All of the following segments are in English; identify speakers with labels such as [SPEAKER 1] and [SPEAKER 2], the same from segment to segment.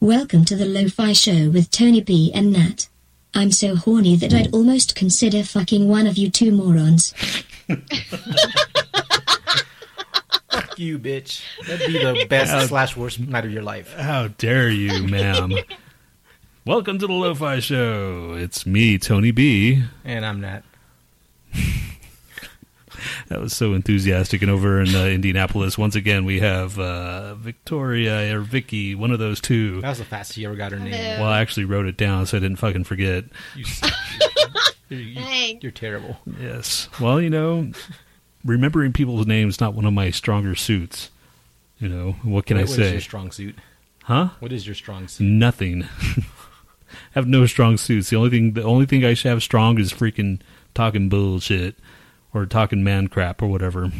[SPEAKER 1] Welcome to the Lo-Fi Show with Tony B and Nat. I'm so horny that I'd almost consider fucking one of you two morons.
[SPEAKER 2] Fuck you, bitch. That'd be the best slash worst night of your life.
[SPEAKER 3] How dare you, ma'am? Welcome to the Lo-Fi Show. It's me, Tony B.
[SPEAKER 2] And I'm not.
[SPEAKER 3] That was so enthusiastic. And over in uh, Indianapolis, once again, we have uh, Victoria or Vicky, one of those two.
[SPEAKER 2] That was the fastest you ever got her name.
[SPEAKER 3] Well, I actually wrote it down, so I didn't fucking forget.
[SPEAKER 2] You, you're, you,
[SPEAKER 4] Dang.
[SPEAKER 2] you're terrible.
[SPEAKER 3] Yes. Well, you know, remembering people's names is not one of my stronger suits. You know, what can
[SPEAKER 2] What-
[SPEAKER 3] I
[SPEAKER 2] What is
[SPEAKER 3] say?
[SPEAKER 2] your strong suit?
[SPEAKER 3] huh?
[SPEAKER 2] What is your strong suit?
[SPEAKER 3] Nothing. I have no strong suits. The only thing the only thing I should have strong is freaking talking bullshit or talking man crap or whatever.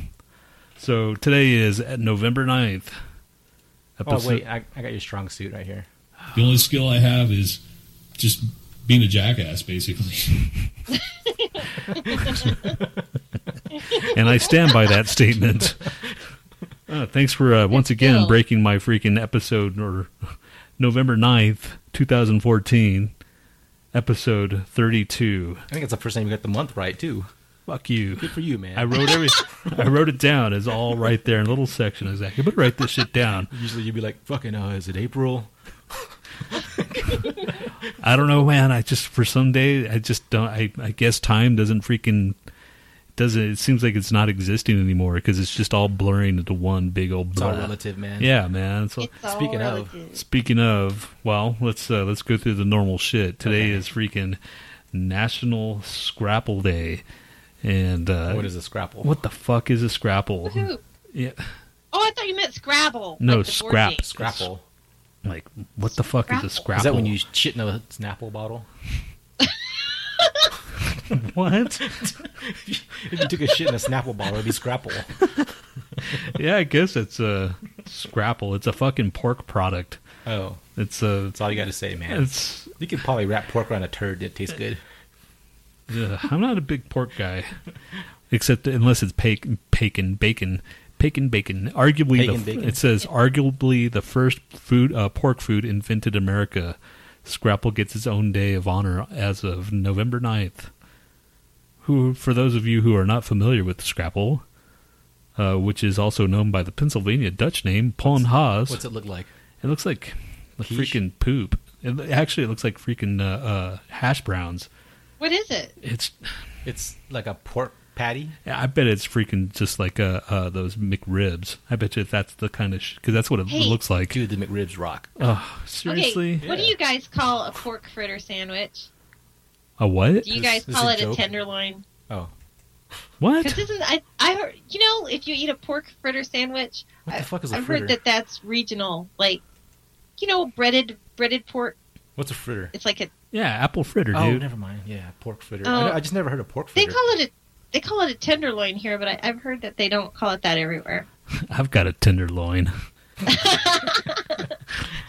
[SPEAKER 3] So today is at November 9th.
[SPEAKER 2] Oh, wait. I, I got your strong suit right here.
[SPEAKER 5] The only skill I have is just being a jackass, basically.
[SPEAKER 3] and I stand by that statement. Uh, thanks for uh, once again
[SPEAKER 4] deal.
[SPEAKER 3] breaking my freaking episode or November 9th, 2014, episode 32.
[SPEAKER 2] I think it's the first time you got the month right, too.
[SPEAKER 3] Fuck you.
[SPEAKER 2] Good for you, man.
[SPEAKER 3] I wrote every I wrote it down. It's all right there in a little section exactly. But write this shit down.
[SPEAKER 2] Usually you'd be like, fucking, uh, is it April?
[SPEAKER 3] I don't know, man. I just for some day I just don't. I I guess time doesn't freaking doesn't. It seems like it's not existing anymore because it's just all blurring into one big old.
[SPEAKER 2] It's all
[SPEAKER 3] blah.
[SPEAKER 2] relative, man.
[SPEAKER 3] uh, Yeah, man. So
[SPEAKER 4] It's all
[SPEAKER 2] Speaking of-
[SPEAKER 4] relative.
[SPEAKER 3] speaking of, well, let's uh, let's go through the normal shit. Today is freaking National Scrapple Day, and uh,
[SPEAKER 2] What is a scrapple?
[SPEAKER 3] What the fuck is a scrapple?
[SPEAKER 4] Woohoo.
[SPEAKER 3] Yeah,
[SPEAKER 4] Oh, I thought you meant Scrabble.
[SPEAKER 3] No,
[SPEAKER 4] like the board
[SPEAKER 3] scrap.
[SPEAKER 4] game.
[SPEAKER 2] Scrapple.
[SPEAKER 3] like what the fuck is a
[SPEAKER 4] Scrapple.
[SPEAKER 3] scrapple?
[SPEAKER 2] Is that when you shit in a Snapple bottle?
[SPEAKER 3] what?
[SPEAKER 2] If you took a shit in a Snapple bottle, it'd be scrapple.
[SPEAKER 3] yeah, I guess it's a scrapple. It's a fucking pork product.
[SPEAKER 2] Oh,
[SPEAKER 3] It's a
[SPEAKER 2] that's all you got to say, man.
[SPEAKER 3] it's.
[SPEAKER 2] You could probably wrap pork around a turd. It tastes good.
[SPEAKER 3] Ugh, I'm not a big pork guy, except unless it's pac- bacon, bacon, bacon, bacon. Arguably,
[SPEAKER 2] Bacon,
[SPEAKER 3] the, f-
[SPEAKER 2] bacon.
[SPEAKER 3] it says arguably the first food uh, pork food invented in America. Scrapple gets its own day of honor as of November 9th. Who, for those of you who are not familiar with Scrapple, uh, which is also known by the Pennsylvania Dutch name Pon Haas,
[SPEAKER 2] What's it look like?
[SPEAKER 3] it looks like the
[SPEAKER 2] Quiche?
[SPEAKER 3] freaking poop. It, actually, it looks like freaking uh, uh, hash browns.
[SPEAKER 4] What is it?
[SPEAKER 3] It's
[SPEAKER 2] It's like a pork patty.
[SPEAKER 3] I bet it's freaking just like uh, uh, those McRibs. I bet you that's the kind of because that's what it
[SPEAKER 4] Hey.
[SPEAKER 3] looks like.
[SPEAKER 2] Dude, the McRibs rock.
[SPEAKER 3] Ugh, seriously,
[SPEAKER 4] Okay, what do
[SPEAKER 2] Yeah.
[SPEAKER 4] you guys call a pork fritter sandwich?
[SPEAKER 3] a what?
[SPEAKER 4] Do you
[SPEAKER 2] This-
[SPEAKER 4] guys
[SPEAKER 2] this
[SPEAKER 4] call
[SPEAKER 2] a
[SPEAKER 4] it
[SPEAKER 2] joke?
[SPEAKER 4] a tenderloin?
[SPEAKER 2] Oh,
[SPEAKER 3] What?
[SPEAKER 4] Because isn't I I heard you know if you eat a pork fritter sandwich,
[SPEAKER 2] What the
[SPEAKER 4] I-
[SPEAKER 2] fuck is a
[SPEAKER 4] I've
[SPEAKER 2] fritter?
[SPEAKER 4] heard that that's regional. Like, you know, breaded breaded pork.
[SPEAKER 2] what's a fritter?
[SPEAKER 4] It's like a
[SPEAKER 3] Yeah, apple fritter,
[SPEAKER 2] Oh,
[SPEAKER 3] dude.
[SPEAKER 2] never mind. Yeah, pork fritter.
[SPEAKER 4] Oh.
[SPEAKER 2] I, I just never heard of pork
[SPEAKER 4] they
[SPEAKER 2] fritter.
[SPEAKER 4] call it a they call it a tenderloin here, but I, I've heard that they don't call it that everywhere.
[SPEAKER 3] I've got a tenderloin.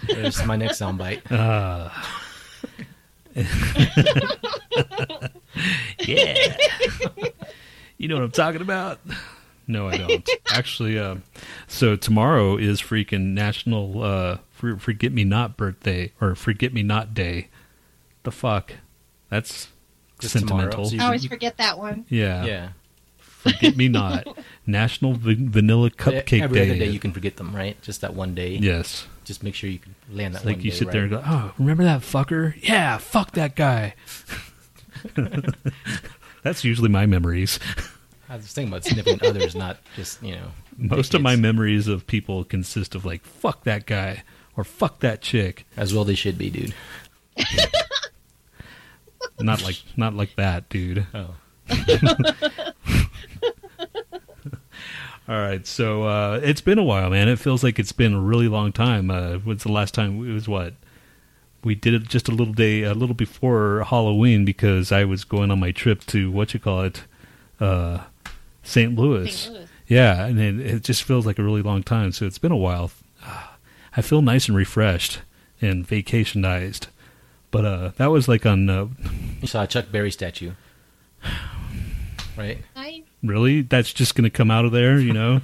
[SPEAKER 2] There's my next soundbite.
[SPEAKER 3] Uh. yeah, you know what I'm talking about. No, I don't. Actually, uh, so tomorrow is freaking National uh, for- Forget Me Not Birthday or Forget Me Not Day. The fuck, that's
[SPEAKER 2] Just tomorrow,
[SPEAKER 3] sentimental.
[SPEAKER 2] so you-
[SPEAKER 4] I always
[SPEAKER 2] you-
[SPEAKER 4] forget that one.
[SPEAKER 3] yeah.
[SPEAKER 2] yeah.
[SPEAKER 3] Forget Me Not National Van- Vanilla Cupcake
[SPEAKER 2] Every
[SPEAKER 3] Day.
[SPEAKER 2] other day you can forget them, right? Just that one day.
[SPEAKER 3] yes,
[SPEAKER 2] Just make sure you can land that.
[SPEAKER 3] It's like
[SPEAKER 2] one
[SPEAKER 3] you
[SPEAKER 2] day,
[SPEAKER 3] sit
[SPEAKER 2] right?
[SPEAKER 3] there and go, "Oh, remember that fucker? Yeah, fuck that guy." That's usually my memories.
[SPEAKER 2] I was thinking about sniffing others, not just you know.
[SPEAKER 3] Most of my
[SPEAKER 2] idiots.
[SPEAKER 3] memories of people consist of like "fuck that guy" or "fuck that chick."
[SPEAKER 2] as well they should be, dude.
[SPEAKER 3] Not like not like that, dude.
[SPEAKER 2] Oh,
[SPEAKER 3] All right, so uh, it's been a while, man. It feels like it's been a really long time. Uh, when's the last time? It was what we did it just a little day, a little before Halloween, because I was going on my trip to what you call it, uh, St. Louis.
[SPEAKER 4] St. Louis.
[SPEAKER 3] Yeah, and it, it just feels like a really long time. So it's been a while. Ah, I feel nice and refreshed and vacationized. But uh, that was like on uh,
[SPEAKER 2] you saw a Chuck Berry statue, right?
[SPEAKER 4] I
[SPEAKER 3] really. That's just going to come out of there, you know?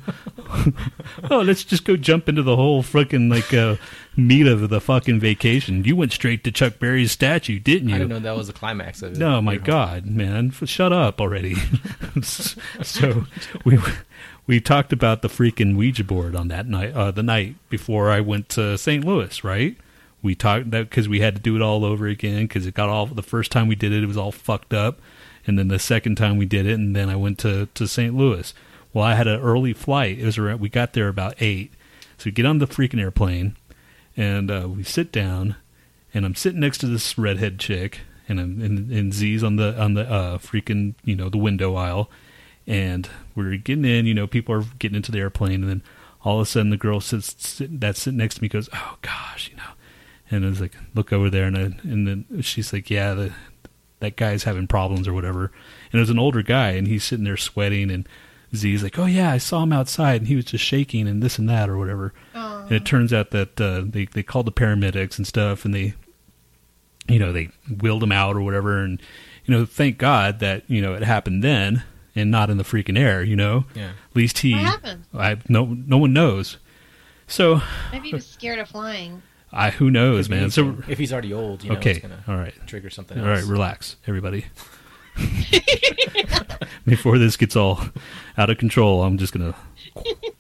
[SPEAKER 3] oh, let's just go jump into the whole fucking like uh, meat of the fucking vacation. You went straight to Chuck Berry's statue, didn't you?
[SPEAKER 2] I didn't know that was the climax of it.
[SPEAKER 3] No, my God, man, F- shut up already. so we we talked about the freaking Ouija board on that night, uh, the night before I went to St. Louis, right? We talked that because we had to do it all over again because it got all the first time we did it, it was all fucked up, and then the second time we did it, and then I went to to St. Louis. Well, I had an early flight. It was around, we got there about eight, so we get on the freaking airplane, and uh, we sit down, and I'm sitting next to this redhead chick, and I'm, and, and Z's on the on the uh, freaking you know the window aisle, and we're getting in. You know, people are getting into the airplane, and then all of a sudden the girl sits sit, that's sitting next to me goes, "Oh gosh," you know, and I was like, look over there, and I, and then she's like, "Yeah, the, that guy's having problems or whatever," and it was an older guy, and he's sitting there sweating and. Z's like, oh yeah, I saw him outside, and he was just shaking and this and that or whatever.
[SPEAKER 4] Um,
[SPEAKER 3] And it turns out that uh, they they called the paramedics and stuff, and they, you know, they wheeled him out or whatever. And you know, thank God that you know it happened then and not in the freaking air. You know,
[SPEAKER 2] Yeah.
[SPEAKER 3] at least he,
[SPEAKER 4] What happened?
[SPEAKER 3] I no no one knows. So
[SPEAKER 4] Maybe he was scared of flying.
[SPEAKER 3] I who knows, man. So
[SPEAKER 2] if he's already old, you know, it's
[SPEAKER 3] okay,
[SPEAKER 2] gonna
[SPEAKER 3] all right.
[SPEAKER 2] trigger something
[SPEAKER 3] All
[SPEAKER 2] else.
[SPEAKER 3] right, relax, everybody. Before this gets all out of control, I'm just gonna,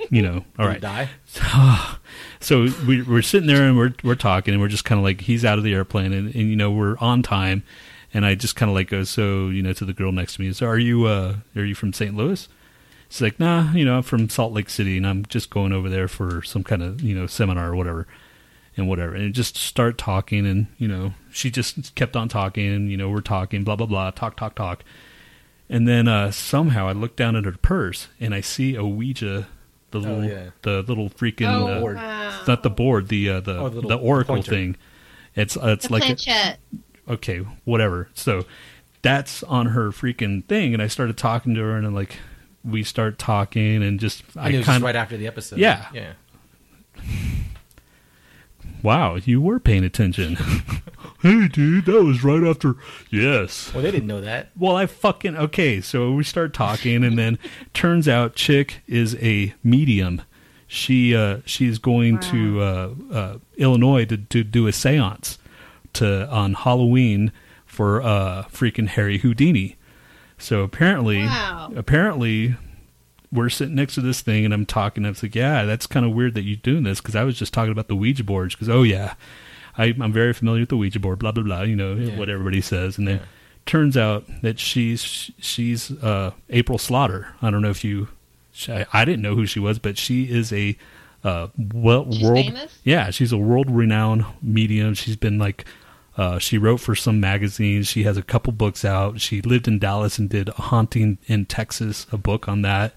[SPEAKER 3] you know, all
[SPEAKER 2] You
[SPEAKER 3] right.
[SPEAKER 2] Die.
[SPEAKER 3] So we, we're sitting there and we're we're talking and we're just kind of like he's out of the airplane and, and you know we're on time, and I just kind of like go so you know to the girl next to me. So are you uh are you from St. Louis? She's like, nah, you know, I'm from Salt Lake City and I'm just going over there for some kind of you know seminar or whatever and whatever. And just start talking, and you know, she just kept on talking, and you know, we're talking, blah blah blah, talk talk talk. And then uh, somehow I look down at her purse, and I see a Ouija, the little,
[SPEAKER 2] yeah.
[SPEAKER 3] the little freaking,
[SPEAKER 4] Oh,
[SPEAKER 3] uh,
[SPEAKER 2] Board.
[SPEAKER 4] wow.
[SPEAKER 3] not the board, the uh, the
[SPEAKER 2] Oh, the
[SPEAKER 3] the,
[SPEAKER 2] little
[SPEAKER 3] oracle
[SPEAKER 2] pointer.
[SPEAKER 3] thing. It's uh, it's
[SPEAKER 4] The
[SPEAKER 3] like a-
[SPEAKER 4] planchette.
[SPEAKER 3] okay, whatever. So that's on her freaking thing, and I started talking to her, and I'm like. We start talking and just
[SPEAKER 2] I knew it
[SPEAKER 3] I
[SPEAKER 2] was just
[SPEAKER 3] kind
[SPEAKER 2] right
[SPEAKER 3] of
[SPEAKER 2] after the episode.
[SPEAKER 3] Yeah.
[SPEAKER 2] Yeah.
[SPEAKER 3] wow you were paying attention. hey dude, that was right after yes.
[SPEAKER 2] Well, they didn't know that.
[SPEAKER 3] Well, I fucking okay. So we start talking, and then turns out chick is a medium. She uh, she's going to uh, uh, Illinois to, to do a séance to on Halloween for uh, freaking Harry Houdini. So apparently,
[SPEAKER 4] Wow.
[SPEAKER 3] apparently, we're sitting next to this thing, and I'm talking. I was like, "Yeah, that's kind of weird that you're doing this," because I was just talking about the Ouija boards. Because oh yeah, I, I'm very familiar with the Ouija board. Blah blah blah. You know
[SPEAKER 2] Yeah.
[SPEAKER 3] what everybody says, and then
[SPEAKER 2] Yeah.
[SPEAKER 3] turns out that she's she's uh, April Slaughter. I don't know if you, she, I, I didn't know who she was, but she is a uh, well
[SPEAKER 4] She's
[SPEAKER 3] world.
[SPEAKER 4] famous?
[SPEAKER 3] Yeah, she's a world renowned medium. She's been like. Uh, she wrote for some magazines. She has a couple books out. She lived in Dallas and did Haunting in Texas, a book on that.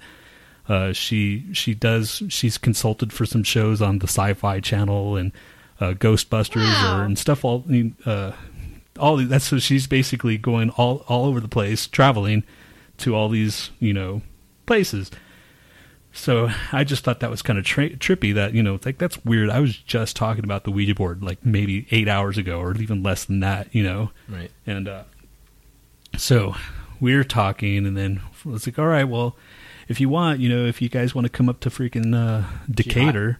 [SPEAKER 3] Uh, she she does she's consulted for some shows on the Sci-Fi Channel and uh, Ghostbusters
[SPEAKER 4] Wow.
[SPEAKER 3] or, and stuff. All I mean, uh, all the- that's so she's basically going all all over the place, traveling to all these you know places. So I just thought that was kind of tri- trippy. That you know, it's like that's weird. I was just talking about the Ouija board like maybe eight hours ago, or even less than that. You know,
[SPEAKER 2] Right.
[SPEAKER 3] and uh, so we were talking, and then it's like, all right, well, if you want, you know, if you guys want to come up to freaking uh, Decatur,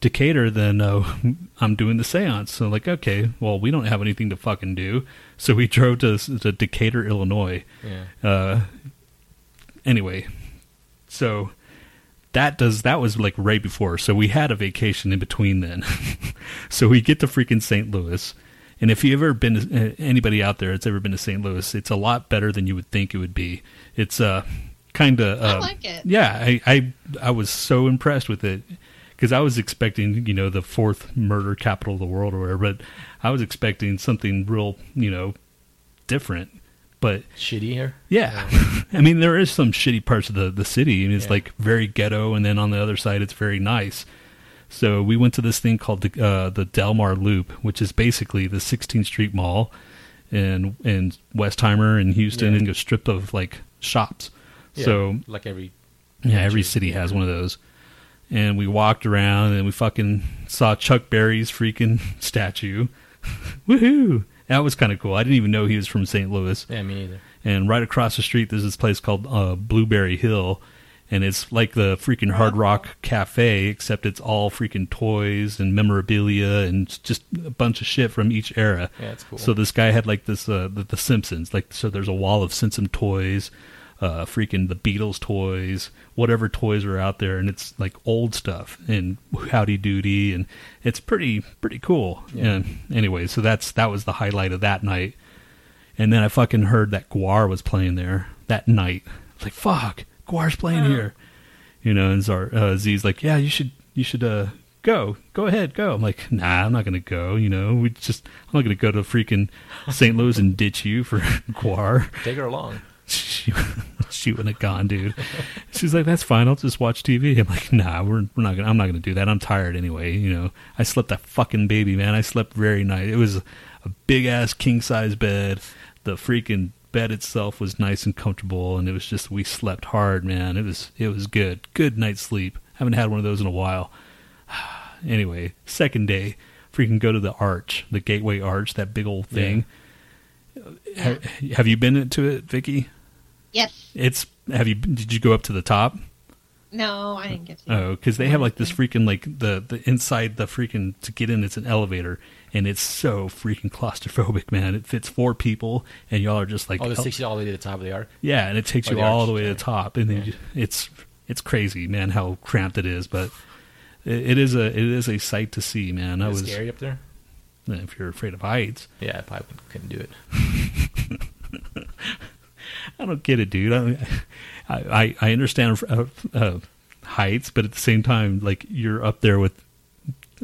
[SPEAKER 3] Decatur, then uh, I'm doing the seance. So, like, okay, well, we don't have anything to fucking do. So we drove to, to Decatur, Illinois.
[SPEAKER 2] Yeah.
[SPEAKER 3] Uh, anyway, so that does that was like right before. So we had a vacation in between then. so we get to freaking St. Louis, and if you ever been to, uh, anybody out there that's ever been to St. Louis, it's a lot better than you would think it would be. It's uh kind of
[SPEAKER 4] I
[SPEAKER 3] uh,
[SPEAKER 4] like it.
[SPEAKER 3] yeah. I, I I was so impressed with it because I was expecting you know the fourth murder capital of the world or whatever, but I was expecting something real you know different. But
[SPEAKER 2] Shitty here.
[SPEAKER 3] yeah. I mean, there is some shitty parts of the, the city, and it's
[SPEAKER 2] Yeah.
[SPEAKER 3] like very ghetto, and then on the other side, it's very nice. So we went to this thing called the, uh, the Delmar Loop, which is basically the 16th Street Mall in, in Westheimer and Houston,
[SPEAKER 2] Yeah.
[SPEAKER 3] and a strip of like shops.
[SPEAKER 2] Yeah.
[SPEAKER 3] So
[SPEAKER 2] like every
[SPEAKER 3] yeah, every
[SPEAKER 2] Jeez.
[SPEAKER 3] city has one of those. And we walked around and we fucking saw Chuck Berry's freaking statue. Woohoo! That was kind of cool. I didn't even know he was from St. Louis
[SPEAKER 2] yeah, me neither.
[SPEAKER 3] and right across the street there's this place called uh, Blueberry Hill, and it's like the freaking Hard Rock Cafe, except it's all freaking toys and memorabilia and s- just a bunch of shit from each era.
[SPEAKER 2] Yeah, it's cool.
[SPEAKER 3] So this guy had like this uh, the, the Simpsons, like so. There's a wall of Simpson toys, uh, freaking the Beatles toys, whatever toys are out there, and it's like old stuff and Howdy Doody, and it's pretty pretty cool. And anyway, so that's that was the highlight of that night. And then I fucking heard that Guar was playing there that night. It's like, fuck, Guar's playing here. You know, and Zar, uh, Z's like, yeah, you should, you should, uh, go, go ahead, go. I'm like, nah, I'm not going to go. You know, we just, I'm not going to go to freaking St. Louis and ditch you for Guar.
[SPEAKER 2] Take her along.
[SPEAKER 3] She, she wouldn't have gone, dude. She's like, that's fine. I'll just watch TV. I'm like, nah, we're, we're not gonna, I'm not going to do that. I'm tired anyway. You know, I slept a fucking baby, man. I slept very nice. It was a big ass king size bed. The freaking bed itself was nice and comfortable. And it was just, we slept hard, man. It was, it was good. Good night's sleep. Haven't had one of those in a while. anyway, second day, freaking go to the arch, the gateway arch, that big old thing. Ha- have you been to it, Vicky?
[SPEAKER 4] Yes.
[SPEAKER 3] It's have you did you go up to the top?
[SPEAKER 4] No, I didn't get to.
[SPEAKER 3] Oh, because they have like this freaking like the the inside the freaking to get in it's an elevator and it's so freaking claustrophobic, man. It fits four people and y'all are just like
[SPEAKER 2] Oh, this
[SPEAKER 3] oh,
[SPEAKER 2] takes you all the way to the top of the arc.
[SPEAKER 3] yeah, and it takes
[SPEAKER 2] Oh,
[SPEAKER 3] you
[SPEAKER 2] the
[SPEAKER 3] all
[SPEAKER 2] arch,
[SPEAKER 3] the way to the top and then you, it's it's crazy, man, how cramped it is, but. It it is a it is a sight to see, man. I
[SPEAKER 2] Is
[SPEAKER 3] was
[SPEAKER 2] it scary up there?
[SPEAKER 3] if you're afraid of heights,
[SPEAKER 2] Yeah, I probably couldn't do it.
[SPEAKER 3] I don't get it, dude. I I, I- I understand uh, uh, heights, but at the same time, like you're up there with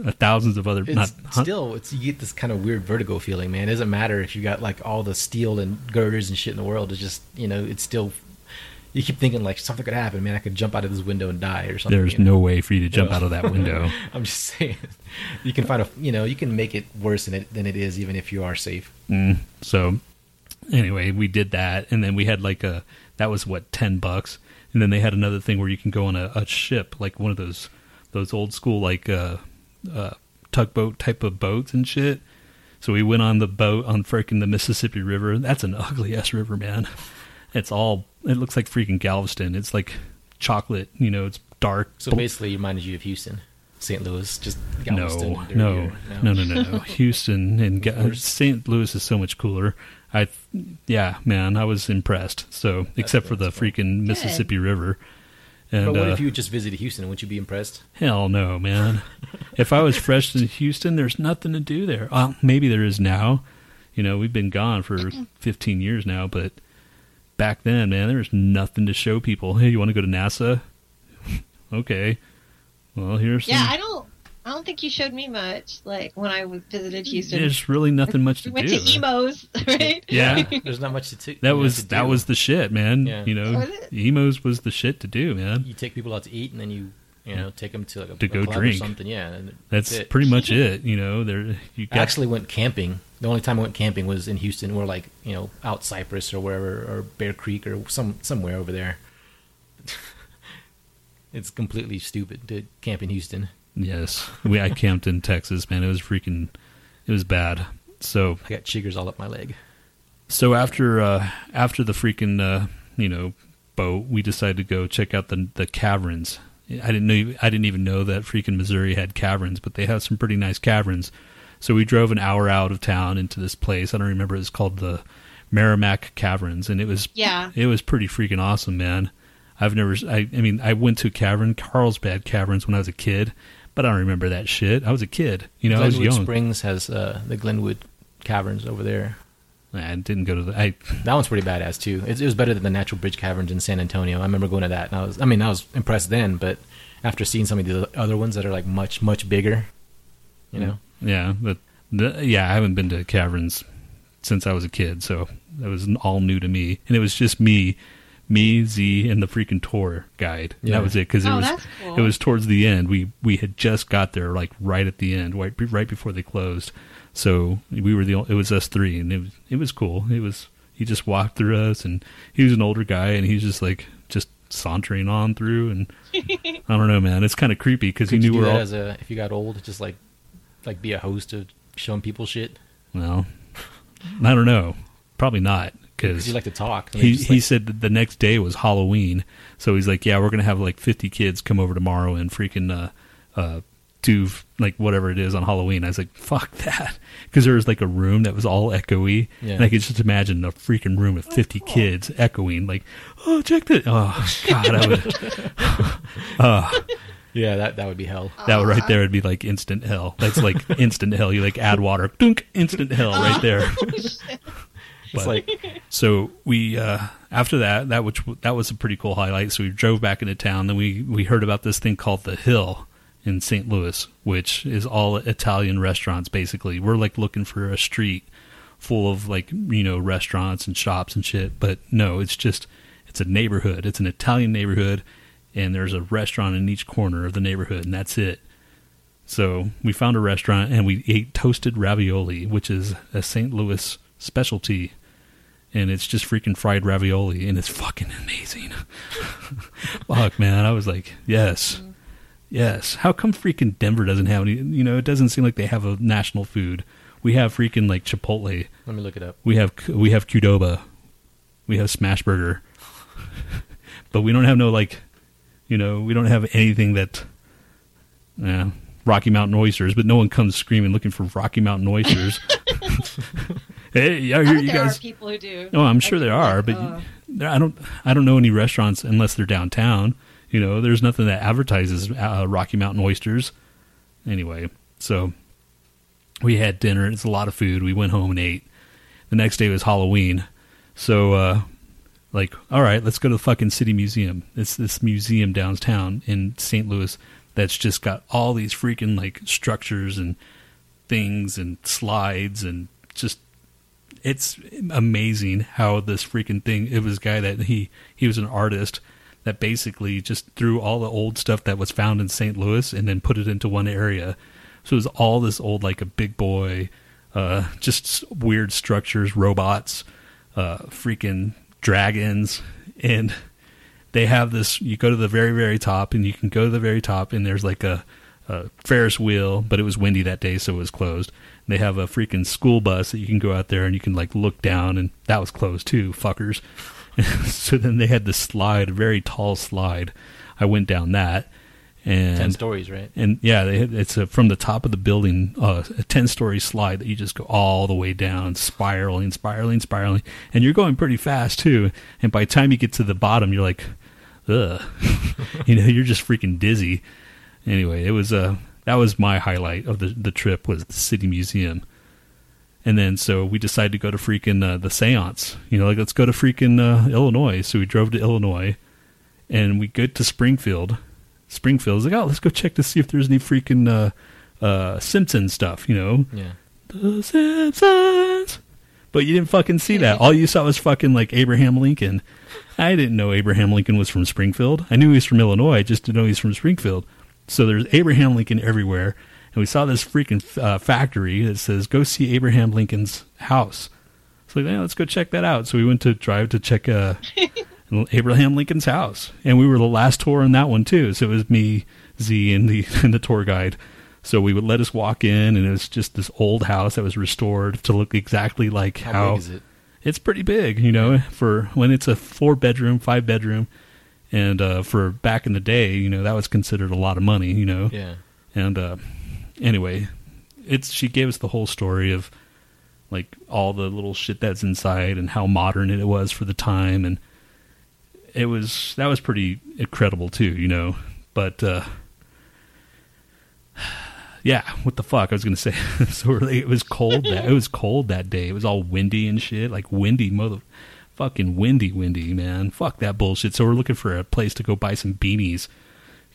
[SPEAKER 3] uh, thousands of other
[SPEAKER 2] It's
[SPEAKER 3] not hun-
[SPEAKER 2] still it's you get this kind of weird vertigo feeling, man. It doesn't matter if you got like all the steel and girders and shit in the world. It's just you know it's still you keep thinking like something could happen, man. I could jump out of this window and die or something.
[SPEAKER 3] There's
[SPEAKER 2] you know?
[SPEAKER 3] no way for you to jump out of that window.
[SPEAKER 2] I'm just saying you can find a you know you can make it worse than it than it is even if you are safe.
[SPEAKER 3] Mm. So anyway, we did that, and then we had like a that was what ten bucks, and then they had another thing where you can go on a, a ship, like one of those those old school like uh, uh, tugboat type of boats and shit. So we went on the boat on freaking the Mississippi River. That's an ugly ass river, man. It's all it looks like freaking Galveston. It's like chocolate, you know. It's dark.
[SPEAKER 2] So
[SPEAKER 3] bl-
[SPEAKER 2] basically, it reminds you of Houston, St. Louis, just Galveston.
[SPEAKER 3] no,
[SPEAKER 2] dirtier.
[SPEAKER 3] no, no, no, no, no. Houston and Ga-
[SPEAKER 2] Worse.
[SPEAKER 3] St. Louis is so much cooler. I, th- yeah, man, I was impressed. So except for the freaking Mississippi River, and
[SPEAKER 2] But what
[SPEAKER 3] uh,
[SPEAKER 2] if you just visited Houston? Wouldn't you be impressed?
[SPEAKER 3] hell no, man. if I was fresh to Houston, there's nothing to do there. Uh, maybe there is now. You know, we've been gone for 15 years now, but back then, man, there was nothing to show people. Hey, you want to go to NASA? okay. Well, here's
[SPEAKER 4] Yeah,
[SPEAKER 3] some-
[SPEAKER 4] I don't. I don't think you showed me much. Like when I was- visited Houston,
[SPEAKER 3] there's really nothing much to
[SPEAKER 4] we went
[SPEAKER 3] do.
[SPEAKER 4] to emos, right?
[SPEAKER 3] Yeah.
[SPEAKER 2] There's not much to take.
[SPEAKER 3] That was that was the shit, man.
[SPEAKER 2] Yeah.
[SPEAKER 3] You know,
[SPEAKER 4] Was it?
[SPEAKER 3] emos was the shit to do, man.
[SPEAKER 2] you take people out to eat and then you you know take them to like a,
[SPEAKER 3] To
[SPEAKER 2] a
[SPEAKER 3] go
[SPEAKER 2] club
[SPEAKER 3] drink.
[SPEAKER 2] or something. Yeah, and
[SPEAKER 3] That's
[SPEAKER 2] it.
[SPEAKER 3] pretty much it. You know, there you
[SPEAKER 2] I
[SPEAKER 3] got
[SPEAKER 2] actually went camping. The only time I went camping was in Houston, or like you know out Cypress or wherever, or Bear Creek or some somewhere over there. it's completely stupid to camp in Houston.
[SPEAKER 3] yes. We I camped in Texas, man. It was freaking, it was bad. So
[SPEAKER 2] I got chiggers all up my leg.
[SPEAKER 3] so after uh after the freaking uh you know boat, we decided to go check out the the caverns. I didn't know I didn't even know that freaking Missouri had caverns, but they have some pretty nice caverns. So we drove an hour out of town into this place. I don't remember it's called the Merrimack Caverns, and it was
[SPEAKER 4] Yeah.
[SPEAKER 3] It was pretty freaking awesome, man. I've never, I, I mean, I went to cavern, Carlsbad Caverns when I was a kid, but I don't remember that shit. I was a kid, you know, I
[SPEAKER 2] Glenwood
[SPEAKER 3] was young.
[SPEAKER 2] Springs has uh, the Glenwood Caverns over there.
[SPEAKER 3] I didn't go to the, I,
[SPEAKER 2] That one's pretty badass too. It, it was better than the Natural Bridge Caverns in San Antonio. I remember going to that, and I was—I mean, I was impressed then. But after seeing some of the other ones that are like much, much bigger, you
[SPEAKER 3] Mm-hmm.
[SPEAKER 2] know,
[SPEAKER 3] yeah, but the, yeah, I haven't been to caverns since I was a kid, so that was all new to me, and it was just me, me, Z, and the freaking tour guide. And
[SPEAKER 2] Yeah.
[SPEAKER 3] That was it because it
[SPEAKER 4] Oh,
[SPEAKER 3] was
[SPEAKER 4] that's cool.
[SPEAKER 3] it was towards the end. We we had just got there, like right at the end, right right before they closed. So we were the only, it was us three, and it was it was cool. It was he just walked through us, and he was an older guy, and he's just like just sauntering on through, and I don't know, man, it's kind of creepy because he
[SPEAKER 2] Could you
[SPEAKER 3] knew
[SPEAKER 2] do
[SPEAKER 3] we're
[SPEAKER 2] that
[SPEAKER 3] all
[SPEAKER 2] as a if you got old, just like like be a host of showing people shit.
[SPEAKER 3] Well, I don't know. Probably not. because
[SPEAKER 2] because you like to talk. And they
[SPEAKER 3] he,
[SPEAKER 2] just,
[SPEAKER 3] he
[SPEAKER 2] like-
[SPEAKER 3] said that the next day was Halloween, so he's like, "Yeah, we're gonna have like fifty kids come over tomorrow and freaking uh, uh, do f- like whatever it is on Halloween." I was like, "Fuck that," because there was like a room that was all echoey,
[SPEAKER 2] Yeah.
[SPEAKER 3] and I could just imagine a freaking room with fifty kids echoing, like, "Oh, check that!" Oh God, I would,
[SPEAKER 2] yeah, that that would be hell.
[SPEAKER 3] that right there would be like instant hell. That's like instant hell. You like add water, dunk, instant hell right there.
[SPEAKER 2] It's
[SPEAKER 3] But-
[SPEAKER 2] like
[SPEAKER 3] so we uh, after that that which that was a pretty cool highlight so we drove back into town then we we heard about this thing called the hill in st louis which is all italian restaurants basically we're like looking for a street full of like you know restaurants and shops and shit but no it's just it's a neighborhood it's an italian neighborhood and there's a restaurant in each corner of the neighborhood and that's it so we found a restaurant and we ate toasted ravioli which is a st louis specialty and it's just freaking fried ravioli and it's fucking amazing. Fuck man, I was like, yes. Yes. How come freaking Denver doesn't have any you know, it doesn't seem like they have a national food. We have freaking like Chipotle.
[SPEAKER 2] let me look it up.
[SPEAKER 3] We have we have Qdoba. We have Smashburger. but we don't have no like you know, we don't have anything that yeah, Rocky Mountain oysters, but no one comes screaming looking for Rocky Mountain oysters. hey, I
[SPEAKER 4] I
[SPEAKER 3] hear
[SPEAKER 4] bet
[SPEAKER 3] you
[SPEAKER 4] there
[SPEAKER 3] guys
[SPEAKER 4] are people who do.
[SPEAKER 3] Oh, I'm sure there are, but
[SPEAKER 4] uh,
[SPEAKER 3] you, there, I don't. I don't know any restaurants unless they're downtown. You know, there's nothing that advertises uh, Rocky Mountain oysters. Anyway, so we had dinner. It's a lot of food. We went home and ate. The next day was Halloween, so uh, like, all right, let's go to the fucking city museum. It's this museum downtown in St. Louis that's just got all these freaking like structures and things and slides and just it's amazing how this freaking thing it was a guy that he he was an artist that basically just threw all the old stuff that was found in St. Louis and then put it into one area. So it was all this old like a big boy uh just s- weird structures, robots, uh freaking dragons and they have this you go to the very very top and you can go to the very top and there's like a, a ferris wheel but it was windy that day so it was closed and they have a freaking school bus that you can go out there and you can like look down and that was closed too fuckers so then they had this slide a very tall slide i went down that
[SPEAKER 2] Ten
[SPEAKER 3] and
[SPEAKER 2] stories, right?
[SPEAKER 3] and yeah, they, had- it's a, from the top of the building, uh, a ten-story slide that you just go all the way down, spiraling, spiraling, spiraling, and you're going pretty fast too. And by the time you get to the bottom, you're like, ugh, you know, you're just freaking dizzy. Anyway, it was uh, that was my highlight of the the trip was the city museum. And then so we decided to go to freaking uh, the seance. You know, like let's go to freaking uh, Illinois. So we drove to Illinois, and we get to Springfield. Springfield's like, oh, let's go check to see if there's any freaking uh, uh, Simpson stuff. You know,
[SPEAKER 2] Yeah.
[SPEAKER 3] the Simpsons. But you didn't fucking see that. All you saw was fucking like Abraham Lincoln. I didn't know Abraham Lincoln was from Springfield. I knew he was from Illinois. I just didn't know he was from Springfield. So there's Abraham Lincoln everywhere. And we saw this freaking uh, factory that says, go see Abraham Lincoln's house. So like, yeah, let's go check that out. So we went to drive to check uh, Abraham Lincoln's house, and we were the last tour on that one too. So it was me, Z, and the and the tour guide. So we would let us walk in, and it was just this old house that was restored to look exactly like
[SPEAKER 2] How,
[SPEAKER 3] how,
[SPEAKER 2] big is it?
[SPEAKER 3] it's pretty big, you know, for when it's a four bedroom, five bedroom, and uh, for back in the day, you know, that was considered a lot of money, you know.
[SPEAKER 2] Yeah.
[SPEAKER 3] And uh, anyway, it's she gave us the whole story of like all the little shit that's inside and how modern it was for the time, and it was that was pretty incredible too, you know. But uh, yeah, what the fuck I was gonna say? so we're like, it was cold that it was cold that day. It was all windy and shit, like windy mother. Fucking windy, windy, man. Fuck that bullshit. So we're looking for a place to go buy some beanies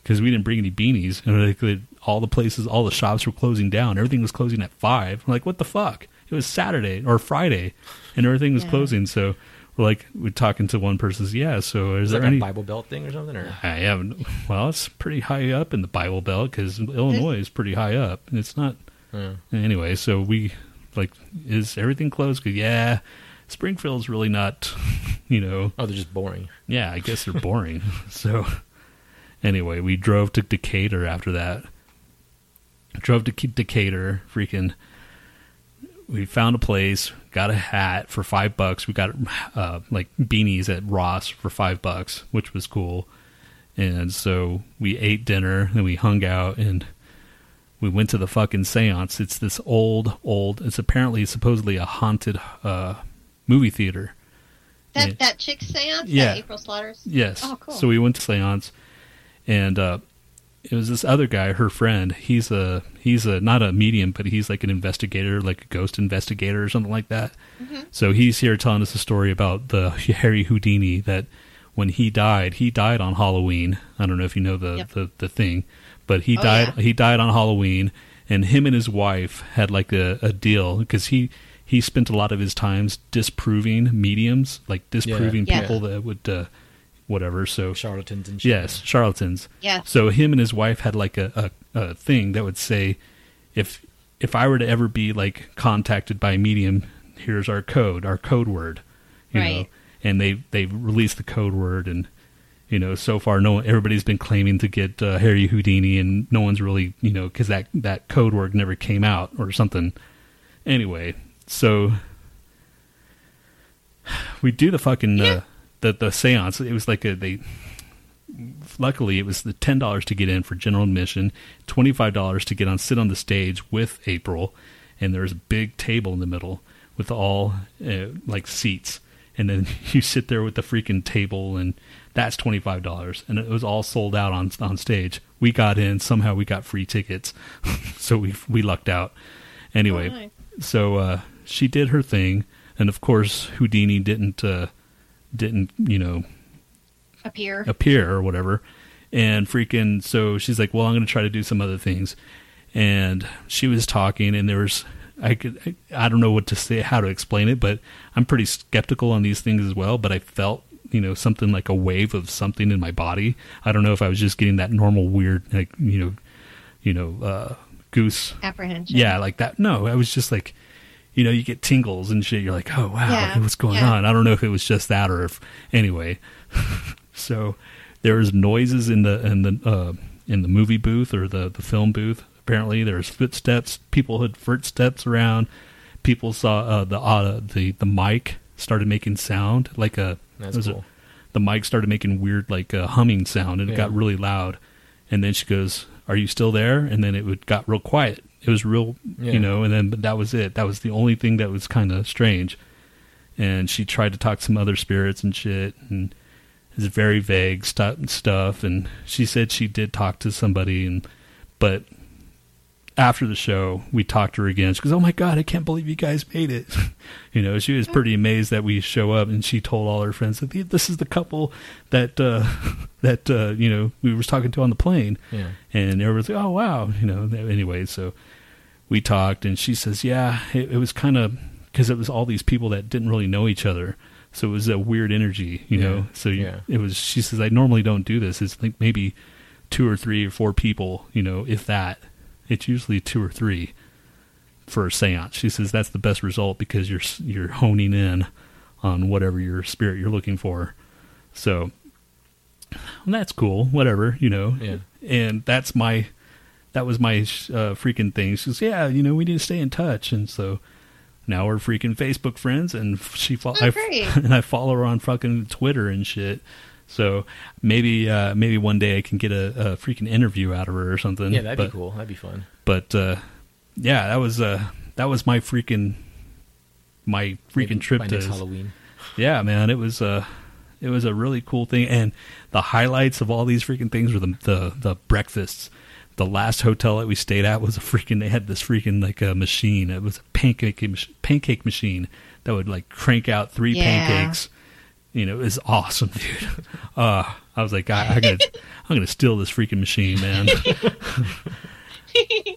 [SPEAKER 3] because we didn't bring any beanies, and like they- all the places, all the shops were closing down. Everything was closing at 5 We're like, what the fuck? It was Saturday or Friday, and everything was
[SPEAKER 4] Yeah.
[SPEAKER 3] closing. So we're like, we're talking to one person. Yeah, so is
[SPEAKER 2] Is
[SPEAKER 3] there
[SPEAKER 2] that like
[SPEAKER 3] any?
[SPEAKER 2] a Bible Belt thing or something? Or
[SPEAKER 3] I haven't. Well, it's pretty high up in the Bible Belt because Illinois is pretty high up, and it's not.
[SPEAKER 2] Yeah.
[SPEAKER 3] Anyway, so we like, is everything closed? 'Cause, yeah, Springfield's really not. You know,
[SPEAKER 2] oh, they're just boring.
[SPEAKER 3] yeah, I guess they're boring. so, anyway, we drove to Decatur after that. Drove to K- Decatur, freaking we found a place, got a hat for five bucks. We got uh, like beanies at Ross for five bucks, which was cool. And so we ate dinner and we hung out and we went to the fucking seance. It's this old, old. It's apparently supposedly a haunted uh, movie theater.
[SPEAKER 4] That
[SPEAKER 3] Yeah.
[SPEAKER 4] that chick seance,
[SPEAKER 3] Yeah.
[SPEAKER 4] that April Slaughter's.
[SPEAKER 3] Yes.
[SPEAKER 4] Oh, cool.
[SPEAKER 3] So we went to seance, and uh, it was this other guy, her friend. He's a he's a not a medium, but he's like an investigator, like a ghost investigator or something like that.
[SPEAKER 4] Mm-hmm.
[SPEAKER 3] So he's here telling us a story about the Harry Houdini that when he died, he died on Halloween. I don't know if you know the
[SPEAKER 4] Yep.
[SPEAKER 3] the, the thing, but he
[SPEAKER 4] Oh,
[SPEAKER 3] died
[SPEAKER 4] yeah.
[SPEAKER 3] he died on Halloween, and him and his wife had like a, a deal because he. He spent a lot of his times disproving mediums, like disproving
[SPEAKER 4] Yeah.
[SPEAKER 3] people that would uh, whatever. So
[SPEAKER 2] charlatans and shit.
[SPEAKER 3] yes, charlatans.
[SPEAKER 4] Yes.
[SPEAKER 3] So him and his wife had like a, a, a thing that would say, if if I were to ever be like contacted by a medium, here's our code, our code word, you know.
[SPEAKER 4] Right.
[SPEAKER 3] And they they released the code word, and you know, so far no one, everybody's been claiming to get uh, Harry Houdini, and no one's really you know because that that code word never came out or something. Anyway, so we do the fucking uh, the the seance. It was like a they. Luckily, it was the ten dollars to get in for general admission, twenty five dollars to get on sit on the stage with April, and there's a big table in the middle with all uh, like seats, and then you sit there with the freaking table, and that's twenty five dollars, and it was all sold out on on stage. We got in somehow. We got free tickets, so we we lucked out. Anyway,
[SPEAKER 4] Oh, nice.
[SPEAKER 3] so uh, she did her thing, and of course Houdini didn't uh, didn't you know
[SPEAKER 4] Up here.
[SPEAKER 3] appear or whatever, and freaking. So she's like, "Well, I'm going to try to do some other things," and she was talking, and there was I could I don't know what to say how to explain it, but I'm pretty skeptical on these things as well. But I felt you know something like a wave of something in my body. I don't know if I was just getting that normal weird like you know you know uh, goose
[SPEAKER 4] Apprehension.
[SPEAKER 3] yeah, like that. No, I was just like, you know, you get tingles and shit. You're like, oh wow,
[SPEAKER 4] Yeah,
[SPEAKER 3] what's going
[SPEAKER 4] yeah.
[SPEAKER 3] on? I don't know if it was just that or if anyway. so there was noises in the in the uh, in the movie booth or the the film booth. Apparently, there was footsteps. People had footsteps around. People saw uh, the uh, the the mic started making sound like a
[SPEAKER 2] That's
[SPEAKER 3] it was a-
[SPEAKER 2] cool.
[SPEAKER 3] the mic started making weird like a humming sound and it
[SPEAKER 2] Yeah.
[SPEAKER 3] got really loud and then she goes are you still there and then it would got real quiet it was real
[SPEAKER 2] Yeah.
[SPEAKER 3] you know and then but that was it that was the only thing that was kind of strange and she tried to talk some other spirits and shit and it's very vague stu- stuff and she said she did talk to somebody and but after the show we talked to her again she goes oh my god i can't believe you guys made it you know she was pretty amazed that we show up and she told all her friends that this is the couple that uh that uh you know we was talking to on the plane
[SPEAKER 2] Yeah.
[SPEAKER 3] and everyone's like, "Oh wow," you know. Anyway, so we talked, and she says, "Yeah, it, it was kind of because it was all these people that didn't really know each other, so it was a weird energy, you
[SPEAKER 2] Yeah,
[SPEAKER 3] know." So you-
[SPEAKER 2] yeah.
[SPEAKER 3] it was. She says, "I normally don't do this. It's like maybe two or three or four people, you know, if that. It's usually two or three for a séance." She says that's the best result because you're s- you're honing in on whatever your spirit you're looking for. So well, that's cool, whatever, you know.
[SPEAKER 2] Yeah.
[SPEAKER 3] And that's my, that was my uh, freaking thing. She goes, yeah, you know, we need to stay in touch. And so now we're freaking Facebook friends, and f- she fo-
[SPEAKER 4] Oh,
[SPEAKER 3] I f-
[SPEAKER 4] great.
[SPEAKER 3] and I follow her on fucking Twitter and shit. So maybe uh, maybe one day I can get a, a freaking interview out of her or something.
[SPEAKER 2] Yeah, that'd
[SPEAKER 3] but,
[SPEAKER 2] be cool. That'd be fun.
[SPEAKER 3] But uh, yeah, that was uh, that was my freaking my freaking
[SPEAKER 2] Maybe
[SPEAKER 3] trip
[SPEAKER 2] by
[SPEAKER 3] to
[SPEAKER 2] next Halloween.
[SPEAKER 3] yeah, man, it was a it was a really cool thing, and the highlights of all these freaking things were the the, the breakfasts. The last hotel that we stayed at was a freaking. They had this freaking like a machine. It was a pancake mach- pancake machine that would like crank out three
[SPEAKER 4] Yeah.
[SPEAKER 3] pancakes. You know, it was awesome, dude. Uh, I was like, I, I gotta, I'm gonna steal this freaking machine, man.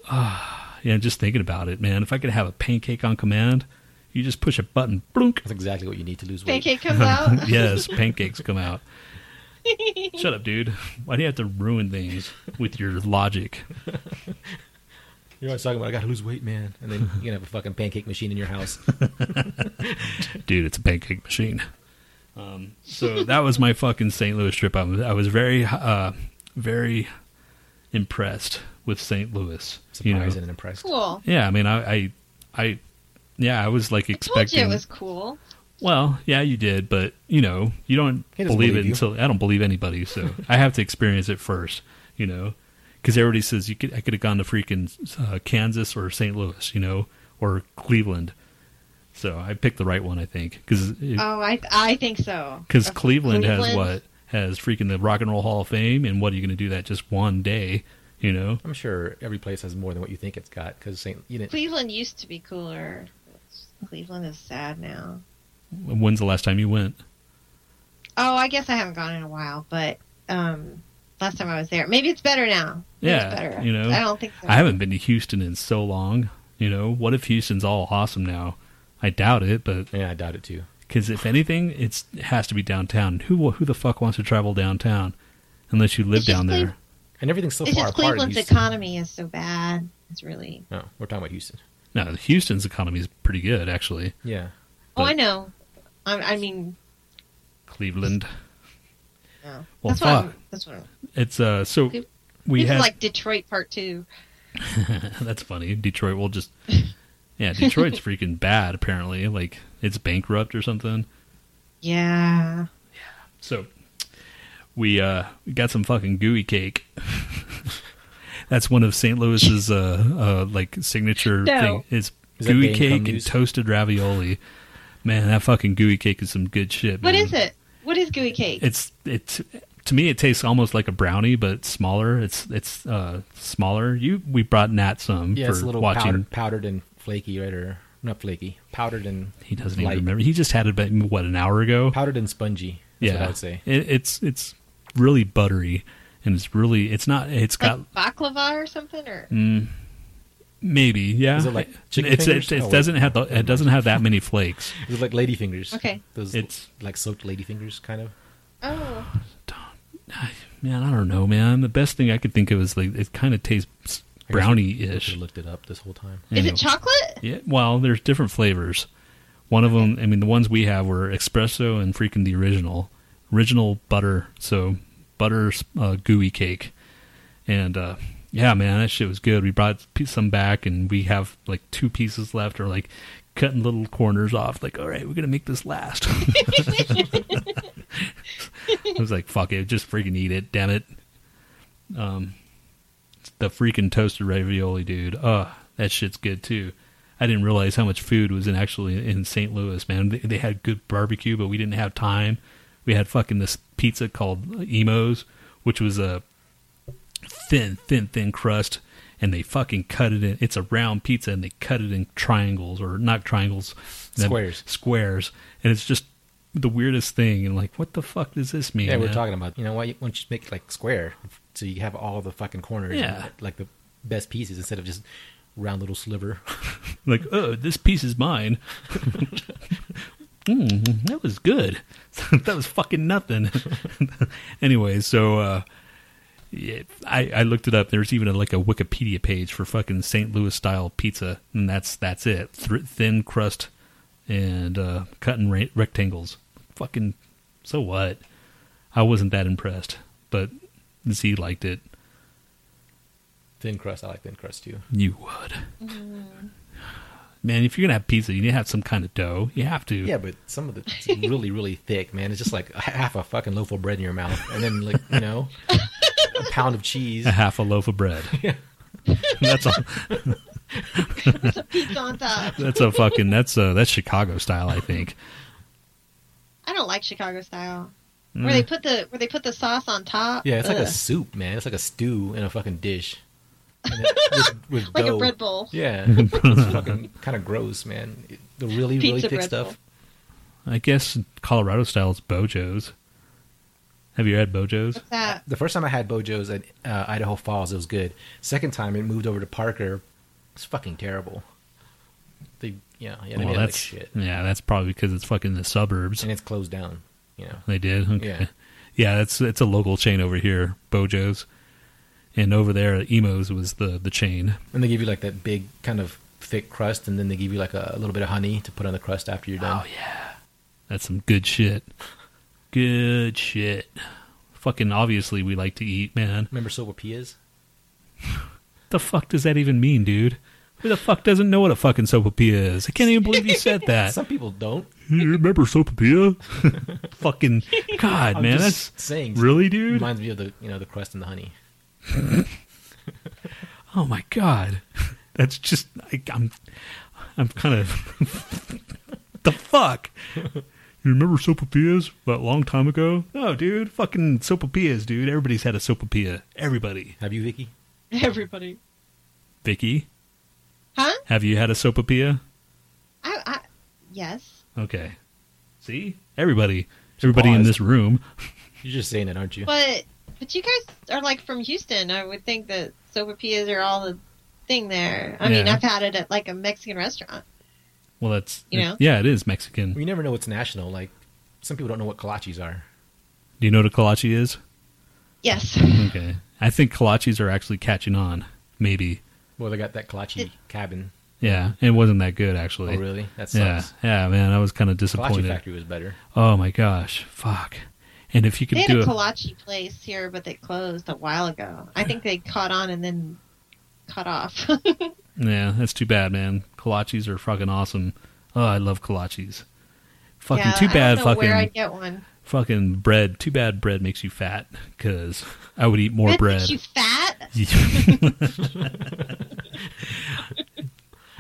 [SPEAKER 3] Ah, yeah, just thinking about it, man. If I could have a pancake on command, you just push a button, blunk,
[SPEAKER 2] That's exactly what you need to lose weight.
[SPEAKER 4] Pancake comes out.
[SPEAKER 3] yes, pancakes come out. Shut up, dude. Why do you have to ruin things with your logic?
[SPEAKER 2] You're always talking about I gotta lose weight, man, and then you can have a fucking pancake machine in your house.
[SPEAKER 3] Dude, it's a pancake machine. Um, so that was my fucking St. Louis trip. I was, I was very, uh, very impressed with St. Louis. you know.
[SPEAKER 2] Surprised and impressed.
[SPEAKER 4] Cool.
[SPEAKER 3] Yeah, I mean, I, I, I yeah, I was like
[SPEAKER 4] I told you
[SPEAKER 3] expecting.
[SPEAKER 4] it was cool.
[SPEAKER 3] Well, yeah, you did, but you know, you don't
[SPEAKER 2] He doesn't
[SPEAKER 3] believe it
[SPEAKER 2] believe you.
[SPEAKER 3] until I don't believe anybody, so I have to experience it first, you know, because everybody says you could I could have gone to freaking uh, Kansas or St. Louis, you know, or Cleveland. So I picked the right one, I think, because
[SPEAKER 4] Oh, I I think so.
[SPEAKER 3] because
[SPEAKER 4] Of
[SPEAKER 3] Cleveland, has
[SPEAKER 4] uh, Cleveland.
[SPEAKER 3] what has freaking the Rock and Roll Hall of Fame, and what are you going to do that just one day, you know?
[SPEAKER 2] I'm sure every place has more than what you think it's got because Saint you didn't.
[SPEAKER 4] Cleveland used to be cooler. Cleveland is sad now.
[SPEAKER 3] When's the last time you went?
[SPEAKER 4] Oh, I guess I haven't gone in a while, but um, last time I was there, maybe it's better now. Maybe
[SPEAKER 3] Yeah,
[SPEAKER 4] it's better.
[SPEAKER 3] you know,
[SPEAKER 4] I don't think so.
[SPEAKER 3] I haven't been to Houston in so long, you know. What if Houston's all awesome now? I doubt it, but
[SPEAKER 2] Yeah, I doubt it too.
[SPEAKER 3] Because if anything, it's it has to be downtown. Who who the fuck wants to travel downtown, unless you live
[SPEAKER 4] It's just
[SPEAKER 3] down there?
[SPEAKER 2] And everything's so
[SPEAKER 4] It's
[SPEAKER 2] far
[SPEAKER 4] just
[SPEAKER 2] apart. in
[SPEAKER 4] Cleveland's
[SPEAKER 2] Houston.
[SPEAKER 4] economy is so bad. It's really.
[SPEAKER 2] No, we're talking about Houston.
[SPEAKER 3] No, Houston's economy is pretty good actually.
[SPEAKER 2] Yeah,
[SPEAKER 4] Oh,
[SPEAKER 3] But-
[SPEAKER 4] I know. I, I mean,
[SPEAKER 3] Cleveland.
[SPEAKER 4] no.
[SPEAKER 3] Well,
[SPEAKER 4] that's what I'm,
[SPEAKER 3] fuck.
[SPEAKER 4] that's what I'm,
[SPEAKER 3] It's uh so
[SPEAKER 4] Cleve-
[SPEAKER 3] we
[SPEAKER 4] this
[SPEAKER 3] had
[SPEAKER 4] is like Detroit Part Two.
[SPEAKER 3] that's funny. Detroit will just yeah Detroit's freaking bad apparently. Like it's bankrupt or something.
[SPEAKER 4] Yeah.
[SPEAKER 3] So we uh, got some fucking gooey cake. That's one of St. Louis's uh, uh, like signature
[SPEAKER 4] No.
[SPEAKER 3] thing. It's
[SPEAKER 2] Is that the
[SPEAKER 3] gooey
[SPEAKER 2] income
[SPEAKER 3] cake and
[SPEAKER 2] news?
[SPEAKER 3] toasted ravioli. Man, that fucking gooey cake is some good shit.
[SPEAKER 4] What
[SPEAKER 3] man.
[SPEAKER 4] is it? What is gooey cake?
[SPEAKER 3] It's it's to me it tastes almost like a brownie, but smaller. It's it's uh, smaller. You we brought Nat some
[SPEAKER 2] yeah,
[SPEAKER 3] for
[SPEAKER 2] it's a little
[SPEAKER 3] watching.
[SPEAKER 2] powdered, powdered and flaky, right? Or not flaky, powdered and
[SPEAKER 3] He doesn't
[SPEAKER 2] light.
[SPEAKER 3] even remember. He just had it about what an hour ago.
[SPEAKER 2] Powdered and spongy. That's what I would say.
[SPEAKER 3] It, it's it's really buttery, and it's really it's not. It's got Mm.
[SPEAKER 4] like baklava or something, or
[SPEAKER 3] Maybe, yeah.
[SPEAKER 2] Is it like chicken
[SPEAKER 3] it's,
[SPEAKER 2] fingers?
[SPEAKER 3] it's, it
[SPEAKER 2] Oh, wait.
[SPEAKER 3] doesn't have the, it doesn't have that many flakes.
[SPEAKER 2] It's like ladyfingers.
[SPEAKER 4] Okay.
[SPEAKER 2] Those
[SPEAKER 3] It's-
[SPEAKER 2] like soaked ladyfingers, kind of.
[SPEAKER 4] oh,
[SPEAKER 3] Man, I don't know, man. The best thing I could think of is like it kind of tastes brownie
[SPEAKER 2] I should
[SPEAKER 3] ish.
[SPEAKER 2] have looked it up this whole time.
[SPEAKER 4] is it chocolate?
[SPEAKER 3] Yeah. Well, there's different flavors. One of them, I mean, the ones we have were espresso and freaking the original, original butter. So butter uh, gooey cake, and uh, yeah, man, that shit was good. We brought p- some back, and we have like two pieces left, or like cutting little corners off. Like, all right, we're gonna make this last. I was like, fuck it, just freaking eat it, damn it. Um, the freaking toasted ravioli, dude. Ugh, that shit's good too. I didn't realize how much food was in actually in St. Louis, man. They, they had good barbecue, but we didn't have time. We had fucking this pizza called Emos, which was a thin, thin, thin crust, and they fucking cut it in. It's a round pizza, and they cut it in triangles or not triangles,
[SPEAKER 2] Squares.
[SPEAKER 3] squares, and it's just the weirdest thing. And like, what the fuck does this mean?
[SPEAKER 2] Yeah, we're
[SPEAKER 3] man?
[SPEAKER 2] talking about you know why, why don't you make it like square so you have all the fucking corners,
[SPEAKER 3] Yeah.
[SPEAKER 2] and, like the best pieces instead of just round little sliver.
[SPEAKER 3] like, oh, this piece is mine. mm, that was good. that was fucking nothing. anyway, so uh, yeah, I, I looked it up. There's even a, like a Wikipedia page for fucking St. Louis style pizza, and that's that's it. Thr thin crust and uh, cut in re- rectangles. Fucking so what? I wasn't that impressed, but Z liked it.
[SPEAKER 2] thin crust, I like thin crust too.
[SPEAKER 3] You would.
[SPEAKER 2] Mm-hmm.
[SPEAKER 3] Man, if you're gonna have pizza, you need to have some kind of dough. You have to.
[SPEAKER 2] Yeah, but some of the it's really really thick, man. It's just like a- half a fucking loaf of bread in your mouth, and then like you know, a pound of cheese.
[SPEAKER 3] A half a loaf of bread.
[SPEAKER 2] Yeah.
[SPEAKER 3] that's a
[SPEAKER 4] It's a pizza on top.
[SPEAKER 3] that's a fucking that's a that's Chicago style, I think.
[SPEAKER 4] I don't like Chicago style.
[SPEAKER 3] Mm.
[SPEAKER 4] Where they put the where they put the sauce on top.
[SPEAKER 2] Yeah, it's like a
[SPEAKER 4] Ugh.
[SPEAKER 2] soup, man. It's like a stew in a fucking dish. And it- with, with
[SPEAKER 4] like
[SPEAKER 2] dough.
[SPEAKER 4] a bread bowl.
[SPEAKER 2] Yeah, it's fucking kind of gross, man. It- The really really
[SPEAKER 4] Pizza
[SPEAKER 2] thick
[SPEAKER 4] bread
[SPEAKER 2] stuff.
[SPEAKER 4] bowl.
[SPEAKER 3] I guess Colorado style is Bojo's. Have you had Bojo's?
[SPEAKER 4] What's that?
[SPEAKER 2] The first time I had Bojo's at uh, Idaho Falls, it was good. Second time it moved over to Parker, it's fucking terrible. They yeah yeah they
[SPEAKER 3] well,
[SPEAKER 2] made it like
[SPEAKER 3] that's
[SPEAKER 2] shit,
[SPEAKER 3] yeah, that's probably because it's fucking the suburbs.
[SPEAKER 2] and it's closed down. You know,
[SPEAKER 3] They did. Okay.
[SPEAKER 2] Yeah.
[SPEAKER 3] Yeah. that's it's a local chain over here, Bojo's, and over there, Emo's was the the chain.
[SPEAKER 2] and they give you like that big kind of thick crust, and then they give you like a, a little bit of honey to put on the crust after you're done.
[SPEAKER 3] Oh, yeah, that's some good shit. Good shit. Fucking obviously, we like to eat, man.
[SPEAKER 2] Remember sopapillas?
[SPEAKER 3] The fuck does that even mean, dude? Who the fuck doesn't know what a fucking sopapilla is? I can't even believe you said that.
[SPEAKER 2] Some people don't.
[SPEAKER 3] you remember sopapilla? fucking God,
[SPEAKER 2] I'm
[SPEAKER 3] man,
[SPEAKER 2] just saying.
[SPEAKER 3] that's really, dude.
[SPEAKER 2] reminds me of the you know the crust and the honey.
[SPEAKER 3] Oh my God, that's just I, I'm, I'm kind of the fuck. You remember sopapillas that long time ago? No, dude, fucking sopapillas, dude. Everybody's had a sopapilla. Everybody.
[SPEAKER 2] Have you, Vicky?
[SPEAKER 4] Everybody.
[SPEAKER 3] Vicky,
[SPEAKER 4] Huh?
[SPEAKER 3] have you had a sopapilla?
[SPEAKER 4] I, I, yes.
[SPEAKER 3] Okay. See? Everybody. Everybody in
[SPEAKER 2] pause.
[SPEAKER 3] this room.
[SPEAKER 2] You're just saying it, aren't you?
[SPEAKER 4] But but you guys are like from Houston. I would think that sopapillas are all the thing there. I mean,
[SPEAKER 3] Yeah.
[SPEAKER 4] I've had it at like a Mexican restaurant.
[SPEAKER 3] Well, that's
[SPEAKER 4] You know?
[SPEAKER 3] yeah, it is Mexican.
[SPEAKER 2] We never know what's national. Like some people don't know what kolaches are.
[SPEAKER 3] Do you know what a kolache is?
[SPEAKER 4] Yes.
[SPEAKER 2] Mm.
[SPEAKER 3] Okay, I think kolaches are actually catching on. Maybe,
[SPEAKER 2] Well, they got that kolache cabin.
[SPEAKER 3] yeah. It wasn't that good actually.
[SPEAKER 2] Oh, really? That
[SPEAKER 3] Yeah,
[SPEAKER 2] sucks.
[SPEAKER 3] yeah, man. I was kind of
[SPEAKER 2] Kolache
[SPEAKER 3] disappointed.
[SPEAKER 2] factory was better.
[SPEAKER 3] Oh my gosh, fuck. And if you could
[SPEAKER 4] They had
[SPEAKER 3] do
[SPEAKER 4] a
[SPEAKER 3] it,
[SPEAKER 4] kolache place here, but they closed a while ago. I think they caught on and then cut off.
[SPEAKER 3] yeah, that's too bad, man. Kolaches are fucking awesome. Oh, I love kolaches. Fucking
[SPEAKER 4] yeah,
[SPEAKER 3] too
[SPEAKER 4] I
[SPEAKER 3] bad.
[SPEAKER 4] don't know
[SPEAKER 3] Fucking
[SPEAKER 4] where I get one.
[SPEAKER 3] fucking bread. Too bad bread makes you fat. Cause I would eat more
[SPEAKER 4] That
[SPEAKER 3] bread.
[SPEAKER 4] makes you fat.
[SPEAKER 3] you know,